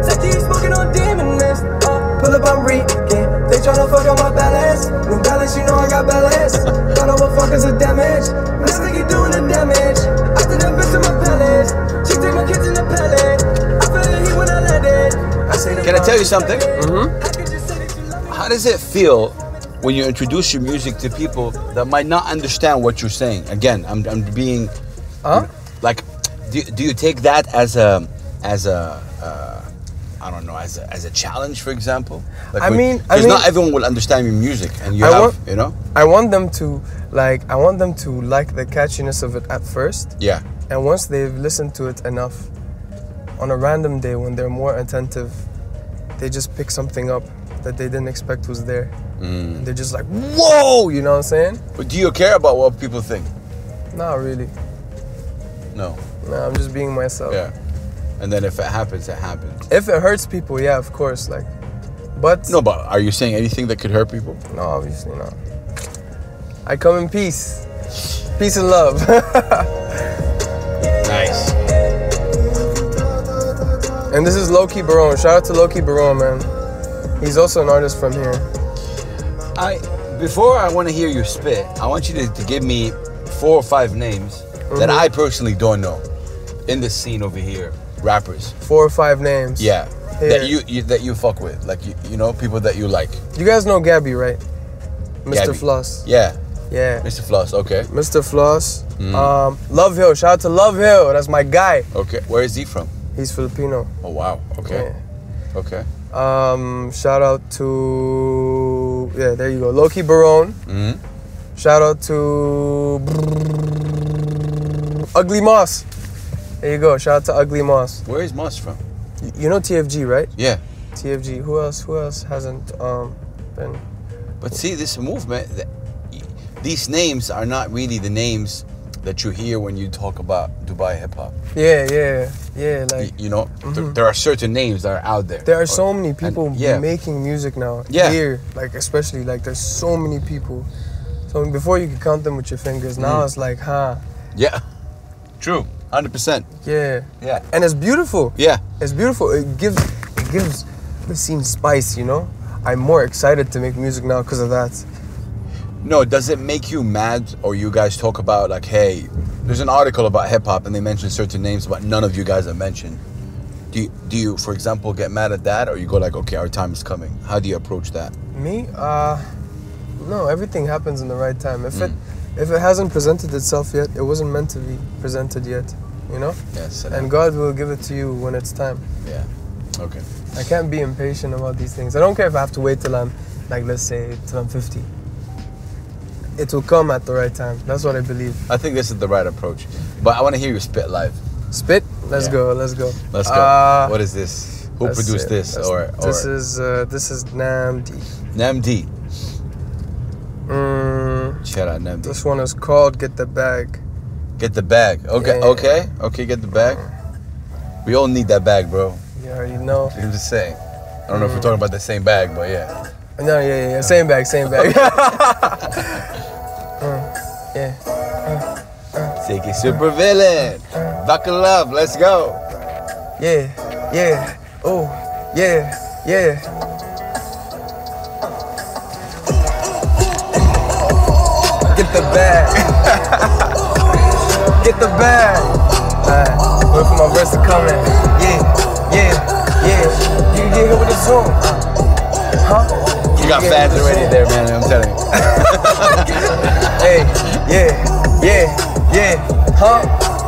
Speaker 4: Said you smoking on demon mist, uh, pull up, I'm reeking. They tryna fuck up my balance, no balance, you know I got balance. Thought I was fuckers a damage, looks like you doing the damage. After that bitch in my palace, she take my kids in the pellet. I feel the heat when I let it. I say the
Speaker 1: Can I tell you something?
Speaker 4: Mm-hmm. I could just say that you love me.
Speaker 1: How does it feel when you introduce your music to people that might not understand what you're saying? Again, I'm, I'm being
Speaker 2: Huh?
Speaker 1: like, do, do you take that as a as a uh, I don't know as a, as a challenge, for example? Like
Speaker 2: I
Speaker 1: when-
Speaker 2: mean- I
Speaker 1: 'cause
Speaker 2: mean-
Speaker 1: not everyone will understand your music, and you
Speaker 2: I
Speaker 1: have
Speaker 2: want-
Speaker 1: you know,
Speaker 2: I want them to like I want them to like the catchiness of it at first.
Speaker 1: yeah,
Speaker 2: And once they've listened to it enough, on a random day when they're more attentive, they just pick something up that they didn't expect was there.
Speaker 1: Mm.
Speaker 2: And they're just like, whoa, you know what I'm saying?
Speaker 1: but do you care about what people think?
Speaker 2: Not really.
Speaker 1: No,
Speaker 2: No, I'm just being myself.
Speaker 1: yeah, and then if it happens, it happens.
Speaker 2: If it hurts people, yeah, of course. Like, but
Speaker 1: No, but are you saying anything that could hurt people?
Speaker 2: no, obviously not. I come in peace, peace and love.
Speaker 1: Nice.
Speaker 2: and this is Loki Barone. Shout out to Loki Barone, man. He's also an artist from here.
Speaker 1: I before I want to hear you spit, I want you to, to give me four or five names that I personally don't know in the scene over here, rappers.
Speaker 2: Four or five names.
Speaker 1: Yeah,
Speaker 2: Yeah.
Speaker 1: that you, you that you fuck with, like you, you know people that you like.
Speaker 2: You guys know Gabby, right? Mr.
Speaker 1: Gabby.
Speaker 2: Floss.
Speaker 1: Yeah,
Speaker 2: Yeah.
Speaker 1: Mr. Floss. Okay,
Speaker 2: Mr. Floss. Um, Love Hill. Shout out to Love Hill. That's my guy.
Speaker 1: okay. Where is he from?
Speaker 2: He's Filipino.
Speaker 1: Oh wow. Okay, okay.
Speaker 2: Yeah. Um, shout out to yeah, there you go. Loki Barone.
Speaker 1: Mhm.
Speaker 2: Shout out to Ugly Moss. There you go. Shout out to Ugly Moss.
Speaker 1: Where is Moss from?
Speaker 2: Y- You know TFG, right?
Speaker 1: Yeah,
Speaker 2: TFG. Who else? Who else hasn't um been?
Speaker 1: but see this movement. That, these names are not really the names that you hear when you talk about Dubai hip hop.
Speaker 2: Yeah, yeah, yeah.
Speaker 1: Y-
Speaker 2: Like mm-hmm.
Speaker 1: you know, there, there are certain names that are out there.
Speaker 2: there are so many people
Speaker 1: and- yeah.
Speaker 2: making music now.
Speaker 1: Yeah.
Speaker 2: Here, like especially like there's so many people. So before you could count them with your fingers. Now
Speaker 1: Mm.
Speaker 2: it's like, huh?
Speaker 1: Yeah. True. Hundred percent.
Speaker 2: Yeah.
Speaker 1: Yeah.
Speaker 2: And it's beautiful.
Speaker 1: Yeah.
Speaker 2: It's beautiful. It gives it gives the scene spice, you know? I'm more excited to make music now because of that.
Speaker 1: No, does it make you mad or you guys talk about like, hey, there's an article about hip hop and they mention certain names, but none of you guys are mentioned. Do you, do you, for example, get mad at that, or you go like, okay, our time is coming? How do you approach that?
Speaker 2: Me? Uh no, everything happens in the right time. If it
Speaker 1: Mm.
Speaker 2: if it hasn't presented itself yet, it wasn't meant to be presented yet, you know?
Speaker 1: Yes.
Speaker 2: And God will give it to you when it's time.
Speaker 1: yeah. Okay.
Speaker 2: I can't be impatient about these things. I don't care if I have to wait till I'm like let's say till I'm 50. It will come at the right time. That's what I believe.
Speaker 1: I think this is the right approach, but I want to hear you spit live.
Speaker 2: Spit. Let's
Speaker 1: Yeah.
Speaker 2: go. Let's go.
Speaker 1: Let's go.
Speaker 2: Uh,
Speaker 1: what is this? Who
Speaker 2: That's
Speaker 1: produced
Speaker 2: it.
Speaker 1: this?
Speaker 2: That's-
Speaker 1: Or or
Speaker 2: this is uh, this is Namdi.
Speaker 1: Namdi.
Speaker 2: Mm,
Speaker 1: Shout out Namdi.
Speaker 2: this one is called Get the Bag.
Speaker 1: Get the bag. Okay,
Speaker 2: Yeah.
Speaker 1: okay, okay, get the bag. We all need that bag, bro.
Speaker 2: You already know.
Speaker 1: I'm just saying. I don't know if we're talking about the same bag, but yeah.
Speaker 2: No, yeah, yeah, yeah. Same bag, same bag. Mm, yeah.
Speaker 1: Take it super villain. Buckle up, let's go.
Speaker 2: Yeah. Yeah. Oh. Yeah. Yeah. Get the bag. Get the bag. Alright, wait for my verse to come in. Yeah, yeah, yeah. You can get here with a zoom. Huh?
Speaker 1: You got fans already there, man, I'm telling you.
Speaker 2: Hey, yeah, yeah, yeah, huh?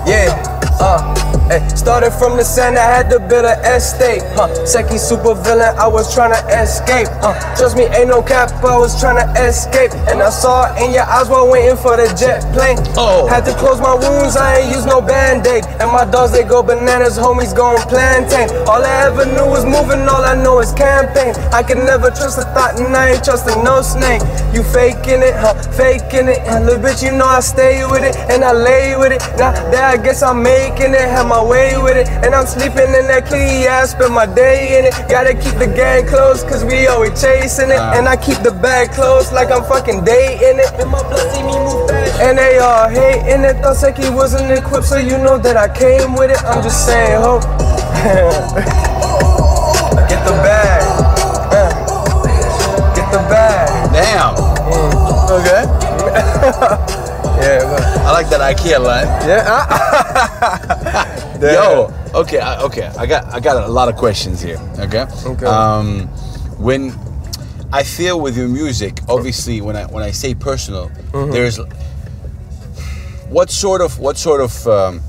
Speaker 2: Yeah, uh. Hey, started from the sand, I had to build an estate. Huh? Second super villain, I was tryna escape. Huh? Trust me, ain't no cap, I was tryna escape. And I saw it in your eyes while waiting for the jet plane.
Speaker 1: Oh.
Speaker 2: Had to close my wounds, I ain't use no band aid. And my dogs, they go bananas, homies going plantain. All I ever knew was moving, all I know is campaign. I can never trust a thought, and I ain't trusting no snake. You faking it, huh? Faking it. And little bitch, you know I stay with it, and I lay with it. Now that I guess I made taking it, have my way with it. And I'm sleeping in that kitty ass, spend my day in it. Gotta keep the gang close, cause we always chasing it. And I keep the bag close, like I'm fucking dating it.
Speaker 4: And my blood see me move fast.
Speaker 2: And they all hating it. Thought Seki wasn't equipped, so you know that I came with it. I'm just saying, ho. Get the bag. Uh, Get the bag.
Speaker 1: Damn.
Speaker 2: Okay. yeah, but,
Speaker 1: I like that IKEA line.
Speaker 2: yeah. I,
Speaker 1: Yo, okay, I, okay. I got I got a lot of questions here. Okay.
Speaker 2: Okay.
Speaker 1: Um, when I feel with your music, obviously, when I when I say personal,
Speaker 2: Mm-hmm.
Speaker 1: there's what sort of what sort of um,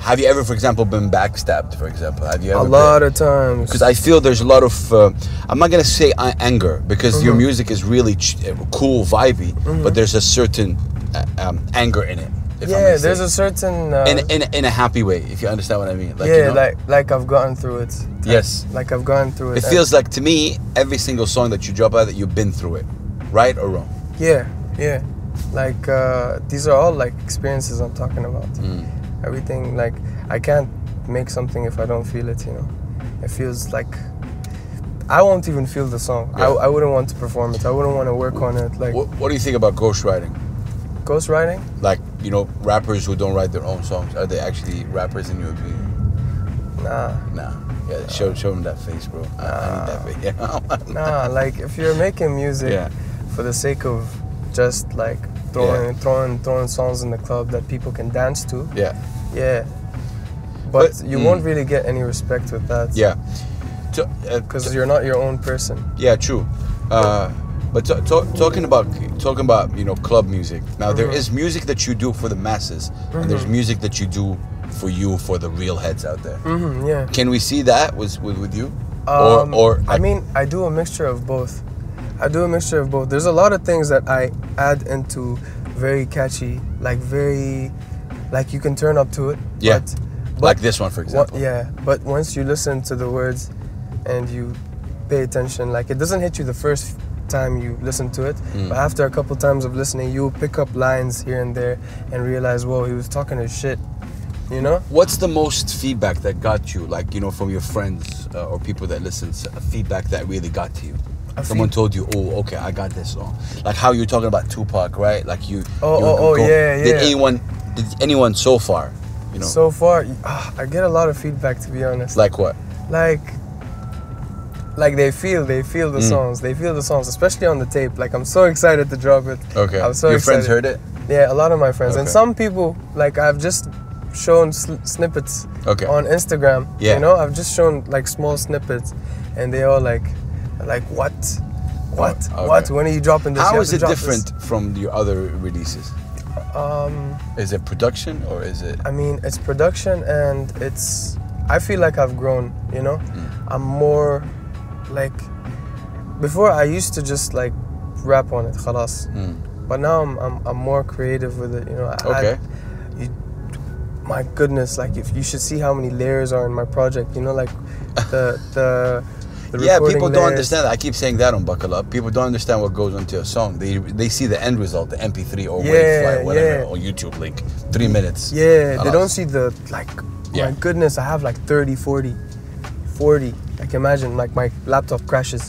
Speaker 1: have you ever, for example, been backstabbed? For example, have you ever
Speaker 2: A lot of times.
Speaker 1: because I feel there's a lot of uh, I'm not gonna say uh, anger because your
Speaker 2: Mm-hmm.
Speaker 1: music is really ch- uh, cool, vibey, but there's a certain uh, um, anger in it. If I
Speaker 2: yeah,
Speaker 1: may
Speaker 2: there's
Speaker 1: say.
Speaker 2: a certain. Uh,
Speaker 1: in, in in a happy way, if you understand what I mean. Like, you
Speaker 2: yeah,
Speaker 1: know?
Speaker 2: like like I've gotten through it. Like-
Speaker 1: Yes.
Speaker 2: Like, I've gone through it.
Speaker 1: It feels like to me every single song that you drop out that you've been through it, right or wrong.
Speaker 2: Yeah, yeah. Like uh, these are all like experiences I'm talking about.
Speaker 1: Mm.
Speaker 2: Everything like I can't make something if I don't feel it. You know, it feels like I won't even feel the song. I,
Speaker 1: Yeah.
Speaker 2: I wouldn't want to perform it. I wouldn't want to work on it. Like
Speaker 1: What, what do you think about ghostwriting?
Speaker 2: ghostwriting.
Speaker 1: Like you know, rappers who don't write their own songs are they actually rappers in your opinion?
Speaker 2: Nah,
Speaker 1: Nah. Yeah, show show them that face, bro. I, I need that face.
Speaker 2: nah. like if you're making music
Speaker 1: Yeah.
Speaker 2: for the sake of just like throwing throwing throwing songs in the club that people can dance to.
Speaker 1: yeah.
Speaker 2: Yeah. But,
Speaker 1: But-
Speaker 2: you
Speaker 1: mm.
Speaker 2: won't really get any respect with that.
Speaker 1: Yeah. To- uh,
Speaker 2: Because you're not your own person.
Speaker 1: Yeah, true. Uh, but to- to- talking about talking about you know club music. Now there
Speaker 2: Mm-hmm.
Speaker 1: is music that you do for the masses, and there's music that you do for you for the real heads out there.
Speaker 2: Mm, yeah.
Speaker 1: Can we see that was with, with you? or
Speaker 2: Um,
Speaker 1: or
Speaker 2: I mean, I do a mixture of both. I do a mixture of both. There's a lot of things that I add into very catchy, like very, like you can turn up to it.
Speaker 1: Yeah.
Speaker 2: But,
Speaker 1: like
Speaker 2: but
Speaker 1: this one for
Speaker 2: wa-
Speaker 1: example.
Speaker 2: yeah. But once you listen to the words, and you pay attention, like it doesn't hit you the first time you listen to it,
Speaker 1: Hmm.
Speaker 2: but after a couple times of listening, you'll pick up lines here and there and realize, whoa, he was talking his shit. You know?
Speaker 1: What's the most feedback that got you? Like you know from your friends uh, or people that listen, s- feedback that really got to you.
Speaker 2: A
Speaker 1: Someone
Speaker 2: feed-
Speaker 1: told you, "Oh, okay, I got this song." Like how you're talking about Tupac, right? Like you.
Speaker 2: Oh,
Speaker 1: you
Speaker 2: oh, oh, yeah,
Speaker 1: Did
Speaker 2: yeah.
Speaker 1: anyone? Did anyone so far? You know.
Speaker 2: So far, ah, I get a lot of feedback to be honest.
Speaker 1: like what?
Speaker 2: like like they feel they feel
Speaker 1: Mm.
Speaker 2: the songs they feel the songs especially on the tape like i'm so excited to drop it
Speaker 1: Okay.
Speaker 2: i'm so
Speaker 1: Your
Speaker 2: excited.
Speaker 1: friends heard it?
Speaker 2: yeah a lot of my friends and
Speaker 1: Okay.
Speaker 2: some people like i've just shown sl- snippets
Speaker 1: Okay.
Speaker 2: on instagram
Speaker 1: Yeah.
Speaker 2: you know i've just shown like small snippets and they all like like what what
Speaker 1: Oh, okay.
Speaker 2: what when are you dropping this You
Speaker 1: How
Speaker 2: have
Speaker 1: is
Speaker 2: to
Speaker 1: it
Speaker 2: drop this."
Speaker 1: different from your other releases?
Speaker 2: um
Speaker 1: Is it production or is it
Speaker 2: I mean, it's production and it's. I feel like I've grown, you know?
Speaker 1: Mm.
Speaker 2: I'm more like. Before I used to just like rap on it, khalas. But now I'm, I'm, I'm more creative with it, you know? I, I-
Speaker 1: Mm. okay?
Speaker 2: you, my goodness, like if you should see how many layers are in my project, you know? Like the. the, the
Speaker 1: yeah,
Speaker 2: recording
Speaker 1: people don't
Speaker 2: layers.
Speaker 1: understand. That. I keep saying that on Buckle Up. People don't understand what goes into a song. They they see the end result, the MP3 or wave
Speaker 2: Yeah,
Speaker 1: file, whatever,
Speaker 2: yeah.
Speaker 1: or YouTube link, three minutes.
Speaker 2: Yeah, they
Speaker 1: Khalas.
Speaker 2: don't see the like
Speaker 1: Yeah.
Speaker 2: my goodness, I have like 30, 40, 40. Like imagine like my laptop crashes.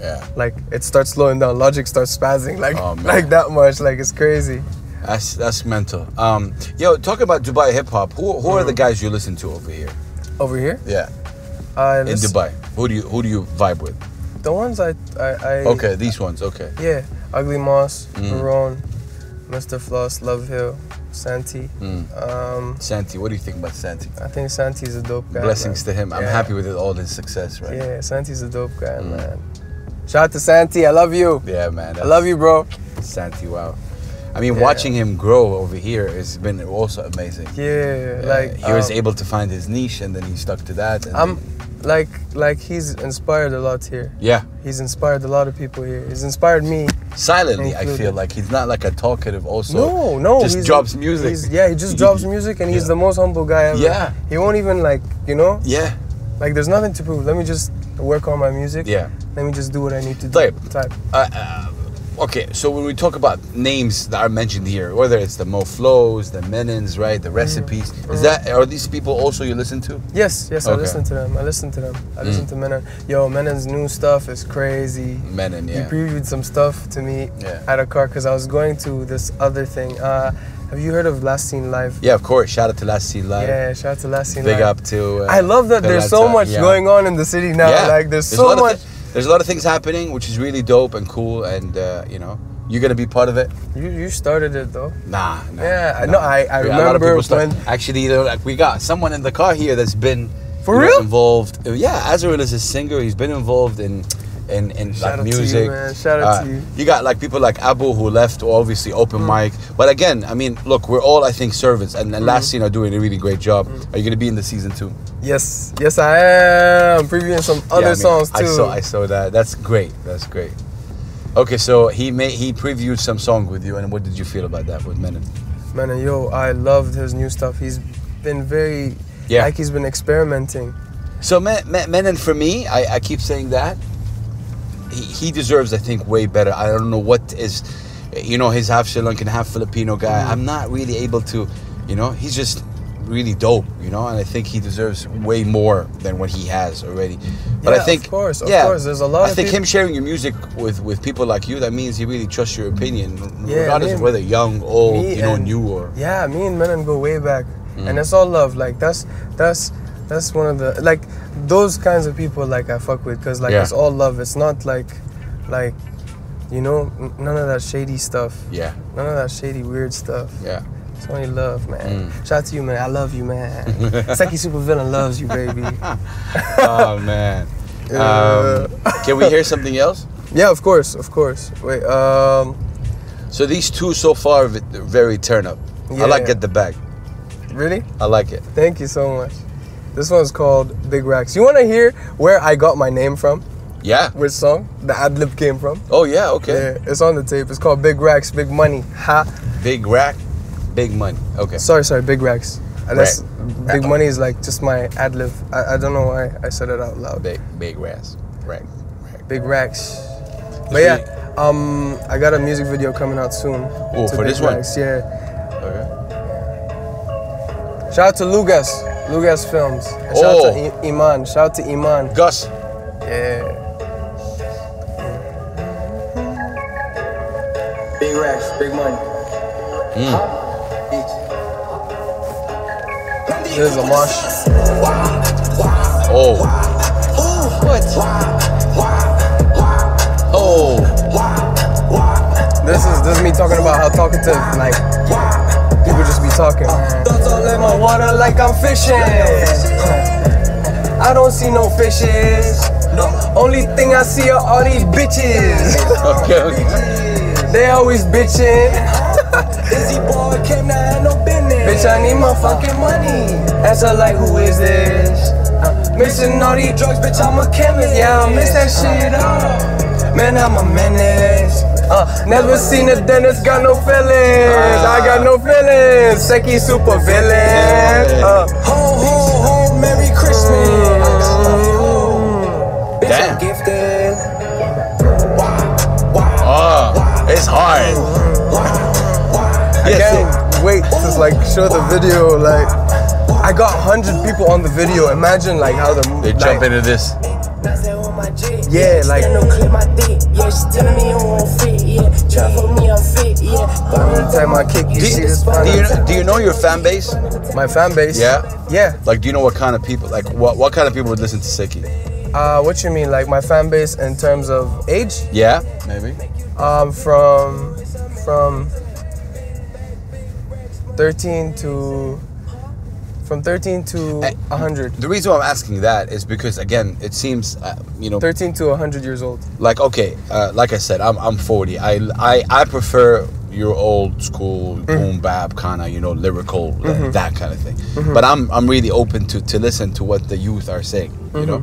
Speaker 1: Yeah,
Speaker 2: Like it starts slowing down, logic starts spazzing like
Speaker 1: Oh, man.
Speaker 2: like that much, like it's crazy.
Speaker 1: that's that's mental. Um, yo, talk about Dubai hip hop. Who who are
Speaker 2: Mm-hmm.
Speaker 1: the guys you listen to over here?
Speaker 2: Over here?
Speaker 1: Yeah,
Speaker 2: I
Speaker 1: in
Speaker 2: listen-
Speaker 1: Dubai. Who do you who do you vibe with?
Speaker 2: The ones I I, I
Speaker 1: Okay, these ones. Okay.
Speaker 2: Yeah. Ugly Moss,
Speaker 1: Mm.
Speaker 2: Barone, Mr. Floss, Love Hill, Santi.
Speaker 1: Mm.
Speaker 2: Um
Speaker 1: Santi, what do you think about Santi?
Speaker 2: I think Santi's a dope guy.
Speaker 1: Blessings
Speaker 2: man.
Speaker 1: to him. I'm
Speaker 2: Yeah.
Speaker 1: happy with it, all his success, right?
Speaker 2: Yeah, Santi's a dope guy, man. Shout out to Santi, I love you.
Speaker 1: Yeah, man.
Speaker 2: I love you, bro.
Speaker 1: Santi. Wow. I mean,
Speaker 2: Yeah.
Speaker 1: watching him grow over here has been also amazing.
Speaker 2: Yeah,
Speaker 1: Uh,
Speaker 2: like
Speaker 1: he was
Speaker 2: um,
Speaker 1: able to find his niche, and then he stuck to that. And
Speaker 2: I'm
Speaker 1: then-
Speaker 2: like like he's inspired a lot here.
Speaker 1: yeah,
Speaker 2: He's inspired a lot of people here. He's inspired me.
Speaker 1: silently, I
Speaker 2: Included.
Speaker 1: feel like he's not like a talkative. Also,
Speaker 2: no, no,
Speaker 1: just
Speaker 2: he's-
Speaker 1: drops music.
Speaker 2: he's- yeah, he just drops music, and he's
Speaker 1: Yeah.
Speaker 2: the most humble guy ever.
Speaker 1: Yeah.
Speaker 2: he won't even like you know
Speaker 1: Yeah,
Speaker 2: like there's nothing to prove. Let me just work on my music.
Speaker 1: yeah.
Speaker 2: Let me just do what I need to do.
Speaker 1: Type.
Speaker 2: Type.
Speaker 1: Uh, uh, okay, so when we talk about names that are mentioned here, whether it's the Mo Flows, the Menins, right,
Speaker 2: Mm,
Speaker 1: the recipes, is that are these people also you listen to?
Speaker 2: Yes, yes, I
Speaker 1: Okay. Mm.
Speaker 2: listen to them. I listen to them. I listen to Menon. Yo, Menon's new stuff is crazy.
Speaker 1: Menon,
Speaker 2: He
Speaker 1: yeah.
Speaker 2: previewed some stuff to me
Speaker 1: Yeah.
Speaker 2: at a car because I was going to this other thing. Uh, have you heard of Last Seen Live?
Speaker 1: yeah, of course. Shout out to Last Sea Live.
Speaker 2: Yeah, shout out to Last Seen
Speaker 1: Big
Speaker 2: Live.
Speaker 1: up to. Uh,
Speaker 2: I love that there's so
Speaker 1: Peralta,
Speaker 2: much
Speaker 1: yeah.
Speaker 2: going on in the city now.
Speaker 1: Yeah.
Speaker 2: Like there's,
Speaker 1: a
Speaker 2: so
Speaker 1: lot of
Speaker 2: much.
Speaker 1: thi- there's a lot of things happening, which is really dope and cool, and uh, you know, you're gonna be part of it.
Speaker 2: You you started it though.
Speaker 1: Nah, nah.
Speaker 2: Yeah, I
Speaker 1: nah.
Speaker 2: know, I- I
Speaker 1: Yeah, a lot of
Speaker 2: remember
Speaker 1: people start-
Speaker 2: when-
Speaker 1: actually, you know, like we got someone in the car here that's been
Speaker 2: For
Speaker 1: you know,
Speaker 2: real?
Speaker 1: involved. Uh, Yeah, Azrael is a singer. He's been involved in in, in
Speaker 2: Shout
Speaker 1: like
Speaker 2: out to you,
Speaker 1: music. Uh,
Speaker 2: man. Shout out to you. Mm.
Speaker 1: You got like people like Abu who left, obviously open mic. But again, I mean, look, we're all I think servants, and, and last
Speaker 2: Mm.
Speaker 1: scene are doing a really great job. Are you gonna be in the season two?
Speaker 2: Yes, yes I am. Previewing some
Speaker 1: Yeah,
Speaker 2: other
Speaker 1: I mean,
Speaker 2: songs too.
Speaker 1: I saw, I saw that. That's great. That's great. Okay, so he made he previewed some song with you, and what did you feel about that with Menon?
Speaker 2: Man, and yo, I loved his new stuff. He's been very,
Speaker 1: Yeah.
Speaker 2: like he's been experimenting.
Speaker 1: So Men- Men- Menon for me, I, I keep saying that he, he deserves, I think, way better. I don't know what is, you know, he's half Sri Lankan, half Filipino guy.
Speaker 2: Mm.
Speaker 1: I'm not really able to, you know, he's just really dope, you know, and I think he deserves way more than what he has already. But
Speaker 2: Yeah,
Speaker 1: I
Speaker 2: of
Speaker 1: think,
Speaker 2: course, of course, there's a lot
Speaker 1: I
Speaker 2: of
Speaker 1: think
Speaker 2: peop-
Speaker 1: him sharing your music with with people like you, that means he really trusts your opinion,
Speaker 2: Yeah,
Speaker 1: regardless of
Speaker 2: me-
Speaker 1: whether young, old,
Speaker 2: Me
Speaker 1: you know,
Speaker 2: and-
Speaker 1: new or
Speaker 2: Yeah, me and Menon go way back,
Speaker 1: Mm.
Speaker 2: and it's all love. Like that's that's that's one of the like those kinds of people like I fuck with because like
Speaker 1: Yeah.
Speaker 2: it's all love. It's not like like you know n- none of that shady stuff.
Speaker 1: yeah,
Speaker 2: None of that shady weird stuff.
Speaker 1: yeah.
Speaker 2: It's only love, man. Shout out to you, man. I love you, man. Seki Supervillain loves you, baby.
Speaker 1: oh man. Um,
Speaker 2: Uh.
Speaker 1: can we hear something else?
Speaker 2: yeah, of course, of course. Wait, um,
Speaker 1: So these two so far v- very turn up. I like
Speaker 2: Yeah.
Speaker 1: get the bag.
Speaker 2: really?
Speaker 1: I like it.
Speaker 2: Thank you so much. This one's called Big Racks. You want to hear where I got my name from?
Speaker 1: Yeah.
Speaker 2: Which song the ad lib came from?
Speaker 1: Oh yeah. Okay.
Speaker 2: Yeah, it's on the tape. It's called Big Racks, Big Money. Ha.
Speaker 1: Big rack, big money. Okay.
Speaker 2: Sorry, sorry, Big Racks. Uh, That's,
Speaker 1: Rack.
Speaker 2: Big Money is like just my ad lib. I, I don't know why I said it out loud.
Speaker 1: Big big racks. Rack. rack.
Speaker 2: Big Racks. But yeah, um, I got a music video coming out soon.
Speaker 1: Oh,
Speaker 2: to
Speaker 1: for
Speaker 2: Big
Speaker 1: this one?
Speaker 2: Racks, Yeah.
Speaker 1: Okay.
Speaker 2: Shout out to Lugas, Lugas Films. And Shout out to
Speaker 1: Oh.
Speaker 2: I- Iman. Shout out to Iman.
Speaker 1: Gus.
Speaker 2: Yeah.
Speaker 4: Big racks, big money.
Speaker 1: Hmm.
Speaker 2: There's a mosh.
Speaker 1: Oh. What? Oh.
Speaker 2: This is this is me talking about how talkative like people just be talking. man. Thoughts all in my water like I'm fishing. I don't see no fishes. Only thing I see are all these bitches.
Speaker 1: Okay. okay.
Speaker 2: they always bitching. Bitch, I need my fucking money. Ask her like, who is this? Uh, missing all these drugs, bitch, I'm a chemist. Yeah, I miss that shit up. Man, I'm a menace. Uh, never seen a dentist, got no feelings. I got no feelings. Seki super villain. Uh,
Speaker 4: Home, home, home, Merry Christmas. Bitch,
Speaker 1: Damn.
Speaker 4: I'm gifted.
Speaker 1: Oh. It's hard. Yes. it-
Speaker 2: can't wait to like show the video. Like, I got hundred people on the video. Imagine like how the
Speaker 1: They
Speaker 2: like,
Speaker 1: jump into this.
Speaker 2: Yeah, like-
Speaker 5: Stand up, clear my dick. Yeah, she telling me I'm on fit. Yeah, try for me, I'm fit. Yeah, but
Speaker 2: Time I kick. You
Speaker 1: Do
Speaker 2: see
Speaker 1: you,
Speaker 2: this?
Speaker 1: do you do you know your fan base?
Speaker 2: My fan base.
Speaker 1: Yeah?
Speaker 2: Yeah.
Speaker 1: Like, do you know what kind of people? Like, what what kind of people would listen to Siki?
Speaker 2: Uh, what you mean? Like my fan base in terms of age?
Speaker 1: Yeah. Maybe.
Speaker 2: Um, from from 13 to from 13 to
Speaker 1: Eh.
Speaker 2: 100.
Speaker 1: The reason why I'm asking that is because again, it seems uh, you know
Speaker 2: 13 to 100 years old.
Speaker 1: like okay, uh, like I said, I'm I'm 40. I I, I prefer your old school boom bap kind of you know lyrical uh, that kind of thing. But I'm I'm really open to to listen to what the youth are saying. You know,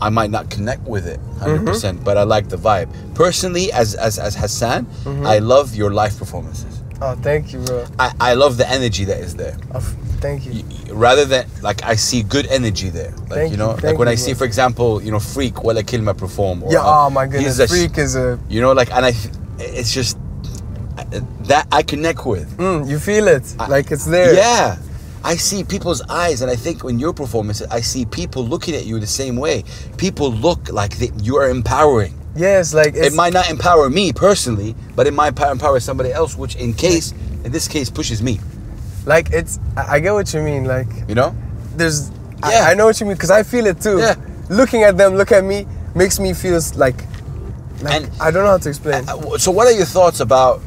Speaker 1: I might not connect with it 100, percent but I like the vibe. Personally, as as as Hassan, I love your live performances.
Speaker 2: Oh, thank you, bro.
Speaker 1: I, I love the energy that is there
Speaker 2: Oh, f- thank you.
Speaker 1: rather than like I see good energy there. Like
Speaker 2: Thank
Speaker 1: you know,
Speaker 2: you,
Speaker 1: like
Speaker 2: thank
Speaker 1: when
Speaker 2: you,
Speaker 1: I see,
Speaker 2: bro.
Speaker 1: for example, you know, Freak Walla Kilma perform. Or,
Speaker 2: Yeah.
Speaker 1: uh,
Speaker 2: Oh my
Speaker 1: he's
Speaker 2: goodness.
Speaker 1: a sh-
Speaker 2: Freak is a
Speaker 1: you know, like and I, it's just that I connect with.
Speaker 2: Mm, you feel it,
Speaker 1: I-
Speaker 2: like it's there.
Speaker 1: Yeah. I see people's eyes, and I think in your performances, I see people looking at you the same way. People look like they, you are empowering.
Speaker 2: Yes, like it's,
Speaker 1: it might not empower me personally, but it might empower- empower somebody else, which in case, in this case, pushes me.
Speaker 2: like it's. I I get what you mean. Like
Speaker 1: You know?
Speaker 2: there's.
Speaker 1: Yeah.
Speaker 2: I, I know what you mean because I feel it too.
Speaker 1: Yeah.
Speaker 2: Looking at them, look at me, makes me feel s- like. Like,
Speaker 1: And-
Speaker 2: I don't know how to explain.
Speaker 1: Uh, So, what are your thoughts about?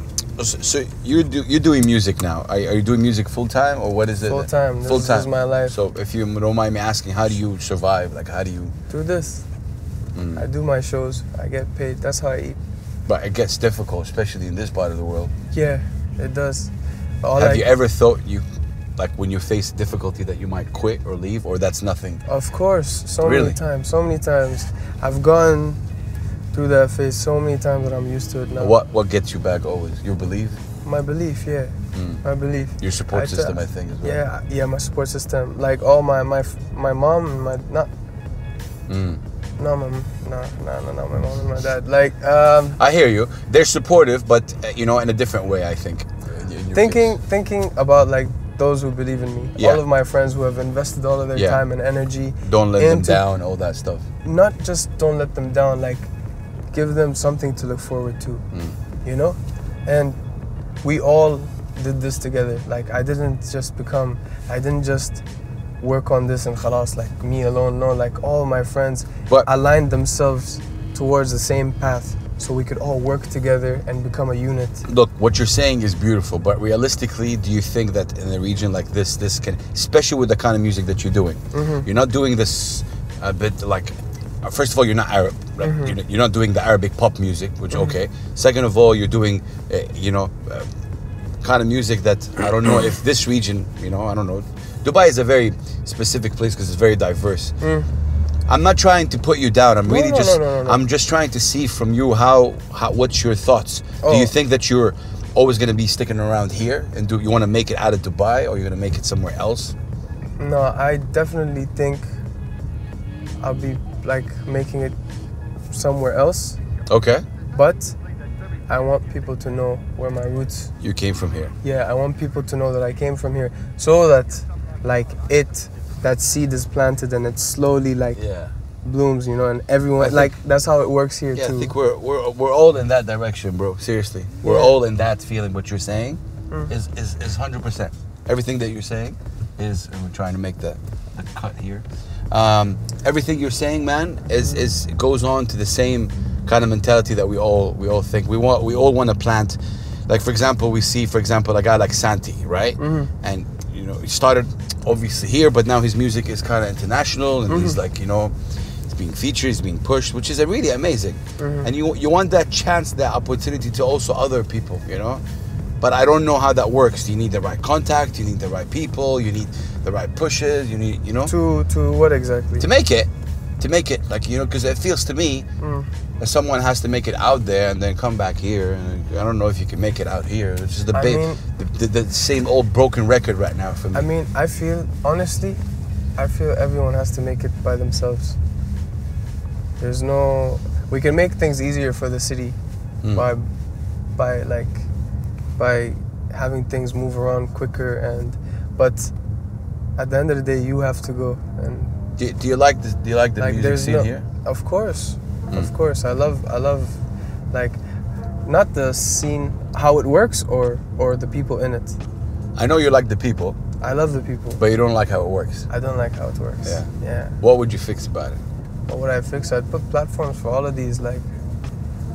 Speaker 1: So, so you're do, you're doing music now. Are, are you doing music full time or what is it?
Speaker 2: Full time. This
Speaker 1: Full
Speaker 2: is- this
Speaker 1: time.
Speaker 2: is my life.
Speaker 1: So, if you don't mind me asking, how do you survive? Like, how do you?
Speaker 2: Through this,
Speaker 1: Mm.
Speaker 2: I do my shows. I get paid. That's how I eat.
Speaker 1: But it gets difficult, especially in this part of the world.
Speaker 2: Yeah, it does. All
Speaker 1: Have
Speaker 2: I-
Speaker 1: you ever thought you, like, when you face difficulty that you might quit or leave, or that's nothing?
Speaker 2: Of course, so
Speaker 1: Really?
Speaker 2: many times, so many times. I've gone through that phase so many times that I'm used to it now.
Speaker 1: What what gets you back always? Your belief,
Speaker 2: My belief, yeah, my belief.
Speaker 1: Mm. your support
Speaker 2: I t-
Speaker 1: system, I think, as well.
Speaker 2: Yeah, yeah, my support system. Like all my my f- my mom and my not
Speaker 1: Mm.
Speaker 2: no my no no no no my mom and my dad. Like um,
Speaker 1: I hear you. They're supportive, but uh, you know, in a different way. I think. Uh, in your case.
Speaker 2: thinking thinking about like those who believe in me.
Speaker 1: Yeah.
Speaker 2: All of my friends who have invested all of their
Speaker 1: Yeah.
Speaker 2: time and energy.
Speaker 1: Don't let them
Speaker 2: into-
Speaker 1: down. All that stuff.
Speaker 2: Not just don't let them down. Like give them something to look forward to. you know and we all did this together like i didn't just become i didn't just work on this and khalas like me alone no like all my friends
Speaker 1: But-
Speaker 2: aligned themselves towards the same path so we could all work together and become a unit
Speaker 1: look what you're saying is beautiful but realistically do you think that in a region like this this can especially with the kind of music that you're doing
Speaker 2: Mm-hmm.
Speaker 1: you're not doing this a bit like uh, first of all you're not arab right?
Speaker 2: Mm-hmm.
Speaker 1: you're, not- you're not doing the arabic pop music which okay second of all you're doing uh, you know uh, kind of music that i don't know if this region you know i don't know dubai is a very specific place because it's very diverse I'm not trying to put you down. I'm really
Speaker 2: Mm. no,
Speaker 1: just
Speaker 2: no, no, no.
Speaker 1: I'm just trying to see from you how, how what's your thoughts? Do you
Speaker 2: Oh.
Speaker 1: think that you're always going to be sticking around here and do you want to make it out of Dubai or you're going to make it somewhere else?
Speaker 2: no i definitely think i'll be like making it somewhere else
Speaker 1: Okay.
Speaker 2: but i want people to know where my roots
Speaker 1: You came from here.
Speaker 2: yeah i want people to know that i came from here so that like it that seed is planted and it slowly like
Speaker 1: Yeah.
Speaker 2: blooms you know and everyone
Speaker 1: I think-
Speaker 2: like that's how it works here
Speaker 1: Yeah,
Speaker 2: too
Speaker 1: I think we're, we're we're all in that direction, bro. Seriously. We're
Speaker 2: Yeah. Mm.
Speaker 1: all in that feeling what you're saying is, is is 100%. Everything that you're saying is and we're trying to make the, the cut here. Um, everything you're saying, man, is is goes on to the same kind of mentality that we all we all think. We want we all want to plant like for example, we see for example a guy like Santi, right?
Speaker 2: Mm-hmm.
Speaker 1: And you know, he started obviously here, but now his music is kind of international and
Speaker 2: Mm-hmm.
Speaker 1: he's like, you know, it's being featured, it's being pushed, which is uh, really amazing.
Speaker 2: Mm-hmm.
Speaker 1: And you you want that chance, that opportunity to also other people, you know. But I don't know how that works. You need the right contact, you need the right people, you need the right pushes, you need you know
Speaker 2: to to what exactly
Speaker 1: to make it, to make it like you know, because it feels to me
Speaker 2: Mm.
Speaker 1: that someone has to make it out there and then come back here. And I don't know if you can make it out here. It's just the,
Speaker 2: I
Speaker 1: ba-
Speaker 2: mean-
Speaker 1: the, the, the same old broken record right now for me.
Speaker 2: i mean i feel honestly i feel everyone has to make it by themselves there's no we can make things easier for the city
Speaker 1: Mm.
Speaker 2: by by like by having things move around quicker and but at the end of the day you have to go and
Speaker 1: do, do you like the, do you like the music scene here? Hmm.
Speaker 2: Of course, of course. I love, I love, like, not the scene, how it works, or or the people in it.
Speaker 1: I know you like the people,
Speaker 2: I love the people.
Speaker 1: but you don't like how it works.
Speaker 2: I don't like how it works.
Speaker 1: Yeah.
Speaker 2: Yeah.
Speaker 1: What would you fix about it?
Speaker 2: What would I fix? I'd put platforms for all of these, like,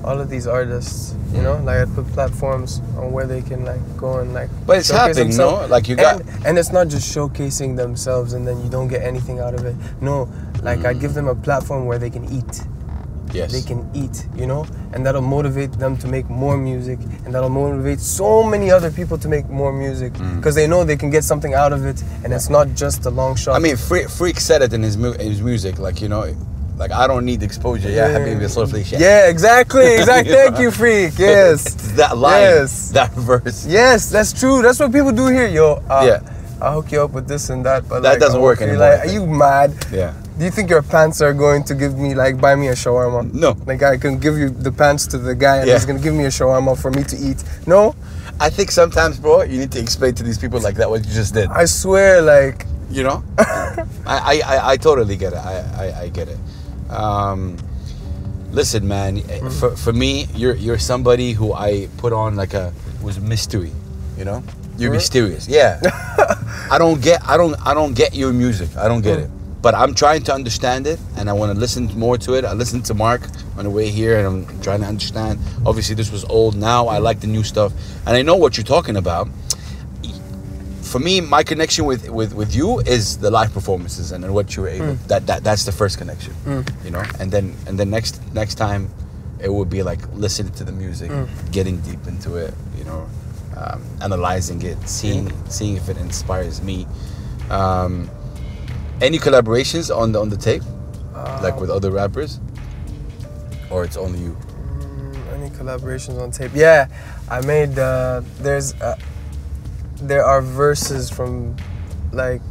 Speaker 2: all of these artists. You know, like I'd put platforms on where they can like go and like.
Speaker 1: But it's
Speaker 2: showcase
Speaker 1: happening, no?
Speaker 2: themselves.
Speaker 1: Like you got
Speaker 2: and, and it's not just showcasing themselves and then you don't get anything out of it. No, like I give them a platform where they can eat.
Speaker 1: Mm. yes.
Speaker 2: they can eat, you know? And that'll motivate them to make more music and that'll motivate so many other people to make more music
Speaker 1: Mm.
Speaker 2: because they know they can get something out of it and it's not just a long shot.
Speaker 1: I mean, Freak, Freak said it in his mu- his music, like you know, like I don't need exposure. Yeah, yeah. Habibi, Sulfur,
Speaker 2: Yeah, exactly, exactly.
Speaker 1: Yeah.
Speaker 2: Thank you, freak. Yes.
Speaker 1: It's that line,
Speaker 2: Yes.
Speaker 1: that verse.
Speaker 2: yes, that's true. That's what people do here, yo. Uh,
Speaker 1: Yeah.
Speaker 2: I'll hook you up with this and that, but
Speaker 1: That
Speaker 2: like,
Speaker 1: doesn't
Speaker 2: I
Speaker 1: work
Speaker 2: won't feel
Speaker 1: anymore, I
Speaker 2: Like, are you mad?
Speaker 1: Yeah.
Speaker 2: Do you think your pants are going to give me like buy me a shawarma?
Speaker 1: No.
Speaker 2: Like I can give you the pants to the guy and
Speaker 1: Yeah.
Speaker 2: he's gonna give me a shawarma for me to eat. No,
Speaker 1: I think sometimes, bro, you need to explain to these people like that what you just did.
Speaker 2: I swear like
Speaker 1: you know I, I, I i totally get it i i, I get it um listen man eh, for, for me you're you're somebody who i put on like a was a mystery you know you're mysterious yeah i don't get i don't i don't get your music i don't get it but i'm trying to understand it and i want to listen more to it i listened to mark on the way here and i'm trying to understand obviously this was old now i like the new stuff and i know what you're talking about for me, my connection with, with, with you is the live performances and, and what you were able. That, that that's the first connection, you know. And then and then next next time, it would be like listening to the music, getting deep into it, you know, um, analyzing it, seeing seeing if it inspires me. Um, any collaborations on the on the tape, like with other rappers, or it's only you?
Speaker 2: any collaborations on tape? Yeah, I made uh, there's uh, there are verses from like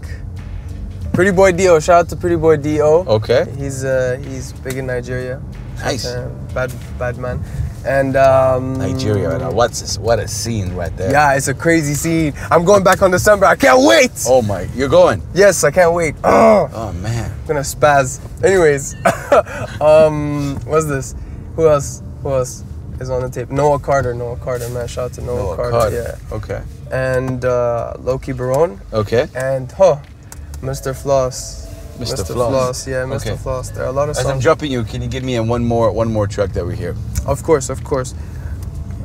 Speaker 2: Pretty Boy Do. Shout out to Pretty Boy Do.
Speaker 1: Okay.
Speaker 2: He's uh, he's big in Nigeria.
Speaker 1: Nice.
Speaker 2: Uh, bad bad man. And um,
Speaker 1: Nigeria, right now. what's this? What a scene right there!
Speaker 2: Yeah, it's a crazy scene. I'm going back on December. I can't wait.
Speaker 1: Oh my, you're going.
Speaker 2: Yes, I can't wait. Oh,
Speaker 1: Oh man.
Speaker 2: I'm gonna spaz. Anyways, um, what's this? Who else? Who else is on the tape? Noah Carter. Noah Carter. Man, shout out to Noah,
Speaker 1: Oh,
Speaker 2: Carter,
Speaker 1: Carter.
Speaker 2: Yeah.
Speaker 1: Okay.
Speaker 2: And uh, Loki Barone.
Speaker 1: Okay.
Speaker 2: And huh, Mr. Floss.
Speaker 1: Mr. Floss.
Speaker 2: Yeah, Mr.
Speaker 1: Okay.
Speaker 2: Floss. There are a lot of
Speaker 1: As I'm
Speaker 2: songs.
Speaker 1: dropping you, can you give me a one more one more track that we hear?
Speaker 2: of course, of course.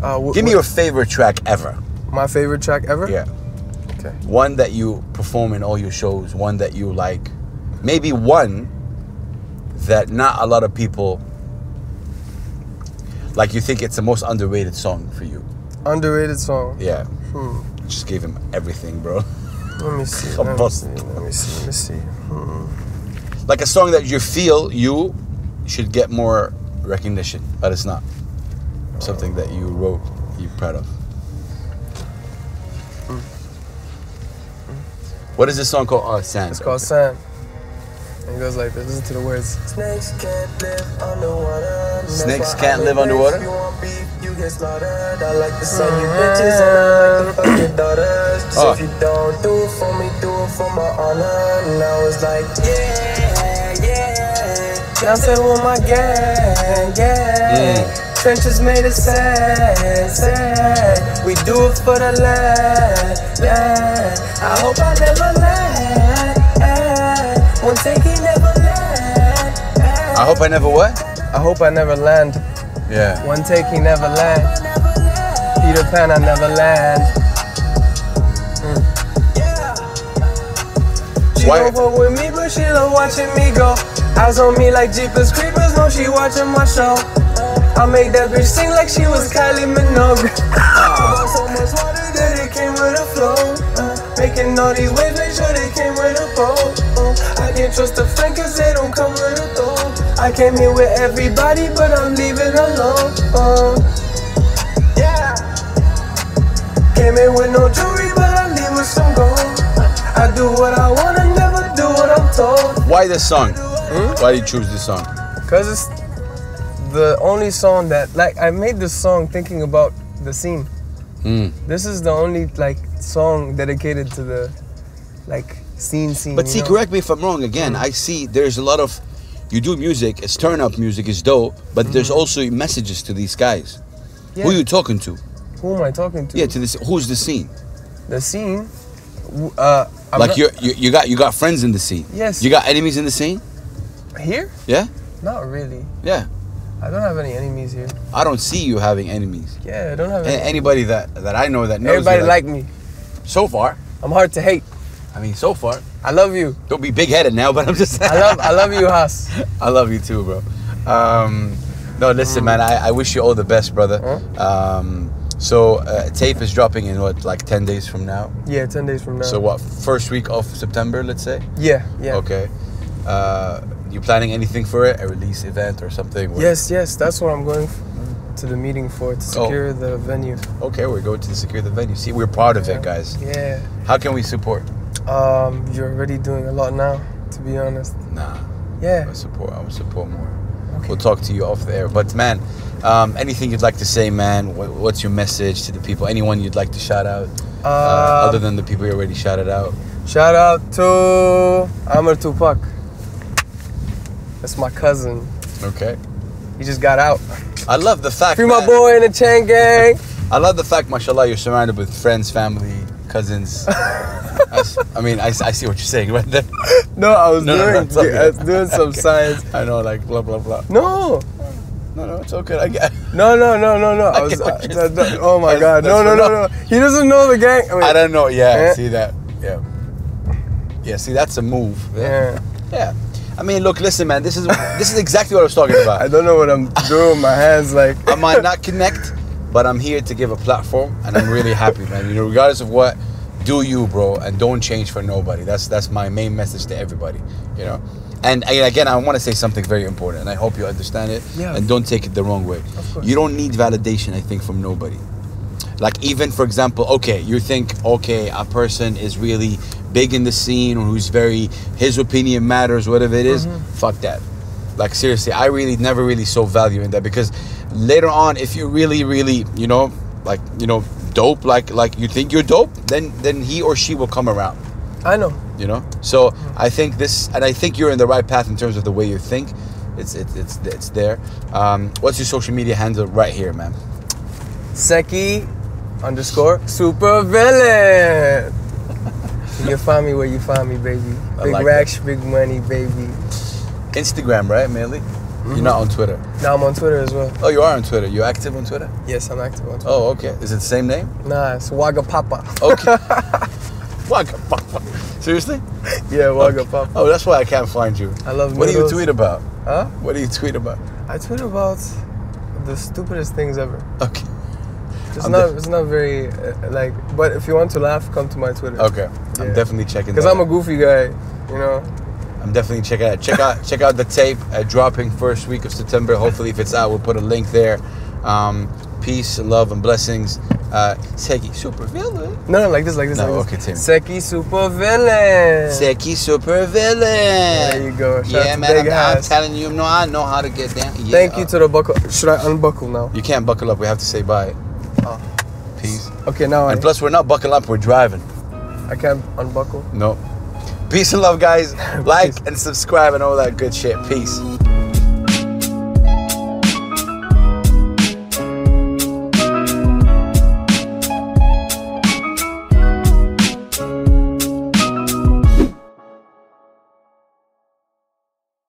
Speaker 2: Uh, wh-
Speaker 1: Give me
Speaker 2: wh-
Speaker 1: your favorite track ever.
Speaker 2: my favorite track ever.
Speaker 1: Yeah.
Speaker 2: Okay.
Speaker 1: One that you perform in all your shows, one that you like. Maybe one that not a lot of people like you think it's the most underrated song for you.
Speaker 2: Underrated song.
Speaker 1: Yeah. Just gave him everything, bro.
Speaker 2: Let me see.
Speaker 1: A
Speaker 2: Let me
Speaker 1: bust.
Speaker 2: see. Let me see. Let me see.
Speaker 1: Like a song that you feel you should get more recognition, but it's not. Something that you wrote, you're proud of. What is this song called? Oh, Sand.
Speaker 2: It's called Sand. And it goes like this. Listen to the words.
Speaker 4: Snakes can't live underwater.
Speaker 1: Snakes can't live underwater?
Speaker 4: If you want beef, you get slaughtered. I like the sun, you bitches, and I like the fucking daughters.
Speaker 1: Oh.
Speaker 4: If you don't do it for me, do it for my honor. And I was like, yeah, yeah. Dancing with my gang,
Speaker 2: Mm.
Speaker 4: yeah. Trenches made it sad, sad. We do it for the land, land. I hope I never land. eh. One take it never land. eh.
Speaker 1: I hope I never what?
Speaker 2: I hope I never land.
Speaker 1: Yeah.
Speaker 2: One take, he never land. Peter Pan, I never land. She
Speaker 1: Why-
Speaker 2: don't fuck with me, but she love watching me go. Eyes on me like Jeepers Creepers, know she watching my show. I made that bitch sing like she was Kylie Minogue. so much water that it came with a flow. Uh, making all these waves, make sure they came with a boat. Uh, I can't trust a friend cause they don't come with a thought. I came here with everybody, but I'm leaving alone. Uh, yeah. Came in with no jewelry, but I leave with some gold. I do what I want and never do what I'm told.
Speaker 1: Why this song?
Speaker 2: Hmm?
Speaker 1: Why do you choose this song?
Speaker 2: Cause it's the only song that like I made this song thinking about the scene.
Speaker 1: Hmm.
Speaker 2: This is the only like song dedicated to the like scene scene.
Speaker 1: But
Speaker 2: you
Speaker 1: see,
Speaker 2: know?
Speaker 1: correct me if I'm wrong. Again, I see there's a lot of you do music. It's turn up music. It's dope. But there's also messages to these guys. Who
Speaker 2: Hmm. Yeah.
Speaker 1: you talking to?
Speaker 2: Who am I talking to?
Speaker 1: Yeah, to this. Who's the scene?
Speaker 2: The scene. w- Uh, I'm
Speaker 1: like
Speaker 2: not-
Speaker 1: you're, you, you got you got friends in the scene.
Speaker 2: Yes.
Speaker 1: You got enemies in the scene.
Speaker 2: here?
Speaker 1: Yeah.
Speaker 2: Not really.
Speaker 1: Yeah.
Speaker 2: I don't have any enemies here.
Speaker 1: I don't see you having enemies.
Speaker 2: Yeah, I don't have
Speaker 1: A-
Speaker 2: any.
Speaker 1: anybody that that I know that Eh, knows
Speaker 2: Everybody
Speaker 1: you,
Speaker 2: like me.
Speaker 1: so far.
Speaker 2: I'm hard to hate.
Speaker 1: I mean, so far.
Speaker 2: I love you.
Speaker 1: Don't be big headed now, but I'm just.
Speaker 2: I love I love you, Haas.
Speaker 1: I love you too, bro. Um, no, listen, man. I, I wish you all the best, brother. Um, so uh, tape is dropping in what like ten days from now.
Speaker 2: Yeah, ten days from now.
Speaker 1: So what? Oh, First week of September, let's say.
Speaker 2: Yeah, yeah.
Speaker 1: Okay. Uh, you planning anything for it? A release event or something? What-
Speaker 2: Yes, yes, that's what I'm going f- to the meeting for to
Speaker 1: Oh.
Speaker 2: secure the venue.
Speaker 1: Okay, we're going to secure the venue. See, we're part of it, guys.
Speaker 2: Yeah.
Speaker 1: How can we support?
Speaker 2: Um, you're already doing a lot now, to be honest.
Speaker 1: Nah.
Speaker 2: Yeah.
Speaker 1: I support. I will support more. We'll talk to you off the air. But man, um, anything you'd like to say, man? What, what's your message to the people? Anyone you'd like to shout out, uh,
Speaker 2: Um,
Speaker 1: other than the people you already shouted out?
Speaker 2: Shout out to Amr Tupac. That's my cousin.
Speaker 1: Okay.
Speaker 2: He just got out.
Speaker 1: I love the fact.
Speaker 2: Free my
Speaker 1: man.
Speaker 2: boy in the chain gang.
Speaker 1: I love the fact, mashallah, you're surrounded with friends, family, cousins. That's- I mean, I, s- I see what you're saying right there.
Speaker 2: No, I was
Speaker 1: No, no, no,
Speaker 2: doing
Speaker 1: it's okay.
Speaker 2: I was doing some
Speaker 1: Okay.
Speaker 2: science.
Speaker 1: I know, like blah blah blah.
Speaker 2: No,
Speaker 1: No, no, it's okay. I get.
Speaker 2: no, no, no, no, no. I
Speaker 1: I
Speaker 2: was.
Speaker 1: get what
Speaker 2: I-
Speaker 1: you're
Speaker 2: that- that- oh my
Speaker 1: saying.
Speaker 2: God! No, no,
Speaker 1: That's-
Speaker 2: no, no.
Speaker 1: that's
Speaker 2: He doesn't know the gang. Wait.
Speaker 1: I don't know. Yeah,
Speaker 2: Eh?
Speaker 1: see that. Yeah, yeah. See, that's a move.
Speaker 2: Yeah.
Speaker 1: yeah. I mean, look, listen, man. This is this is exactly what I was talking about.
Speaker 2: I don't know what I'm doing. My hands like.
Speaker 1: I might not connect, but I'm here to give a platform, and I'm really happy, man. You know, regardless of what, do you, bro, and don't change for nobody. That's that's my main message to everybody. You know, and, and again, I want to say something very important, and I hope you understand it,
Speaker 2: Yeah.
Speaker 1: and don't take it the wrong way. Of
Speaker 2: course.
Speaker 1: You don't need validation, I think, from nobody. Like even for example, okay, you think okay, a person is really big in the scene or who's very his opinion matters, whatever it is, Fuck that. Like seriously, I really never really saw value in that because later on, if you really, really, you know, like you know, dope, like like you think you're dope, then then he or she will come around
Speaker 2: I know.
Speaker 1: you know so i think this and i think you're in the right path in terms of the way you think it's it's it's, it's there um, what's your social media handle right here man
Speaker 2: Seki underscore super villain. you find me where you find me, baby.
Speaker 1: I
Speaker 2: Big
Speaker 1: like
Speaker 2: racks, big money, baby.
Speaker 1: instagram right mainly
Speaker 2: Mm-hmm.
Speaker 1: you're not on twitter
Speaker 2: Now I'm on Twitter as well.
Speaker 1: oh you are on twitter you're active on twitter
Speaker 2: Yes, I'm active on Twitter.
Speaker 1: oh okay is it the same name
Speaker 2: Nah, it's Waga Papa.
Speaker 1: okay Wagga Papa. seriously
Speaker 2: yeah, Waga Papa.
Speaker 1: oh that's why i can't find you
Speaker 2: I love
Speaker 1: what do you
Speaker 2: noodles.
Speaker 1: tweet about
Speaker 2: Huh?
Speaker 1: what do you tweet about
Speaker 2: I tweet about the stupidest things ever.
Speaker 1: okay
Speaker 2: It's
Speaker 1: I'm
Speaker 2: not.
Speaker 1: def-
Speaker 2: it's not very uh, like. But if you want to laugh, come to my Twitter.
Speaker 1: okay i'm
Speaker 2: Yeah.
Speaker 1: definitely checking
Speaker 2: Because
Speaker 1: that
Speaker 2: I'm a
Speaker 1: out.
Speaker 2: goofy guy, you know.
Speaker 1: I'm definitely checking out. Check out check out the tape uh, dropping first week of September. Hopefully, if it's out, we'll put a link there. Um, peace, love, and blessings. Uh, Seki super villain.
Speaker 2: No, no, like this, like this,
Speaker 1: No,
Speaker 2: like
Speaker 1: okay,
Speaker 2: this.
Speaker 1: Tim.
Speaker 2: Seki super villain.
Speaker 1: Seki super villain. There
Speaker 2: you go. Shout out
Speaker 1: yeah,
Speaker 2: to
Speaker 1: man. I'm,
Speaker 2: Big
Speaker 1: I'm
Speaker 2: House.
Speaker 1: telling you, no, I know how to get down. Yeah,
Speaker 2: Thank you
Speaker 1: uh,
Speaker 2: to the buckle. Should I unbuckle now?
Speaker 1: you can't buckle up. We have to say bye.
Speaker 2: Oh.
Speaker 1: Peace.
Speaker 2: Okay, now I,
Speaker 1: And plus, we're not buckling up. We're driving.
Speaker 2: I can't unbuckle.
Speaker 1: No. Peace and love, guys. Like
Speaker 2: Peace.
Speaker 1: and subscribe and all that good shit. Peace.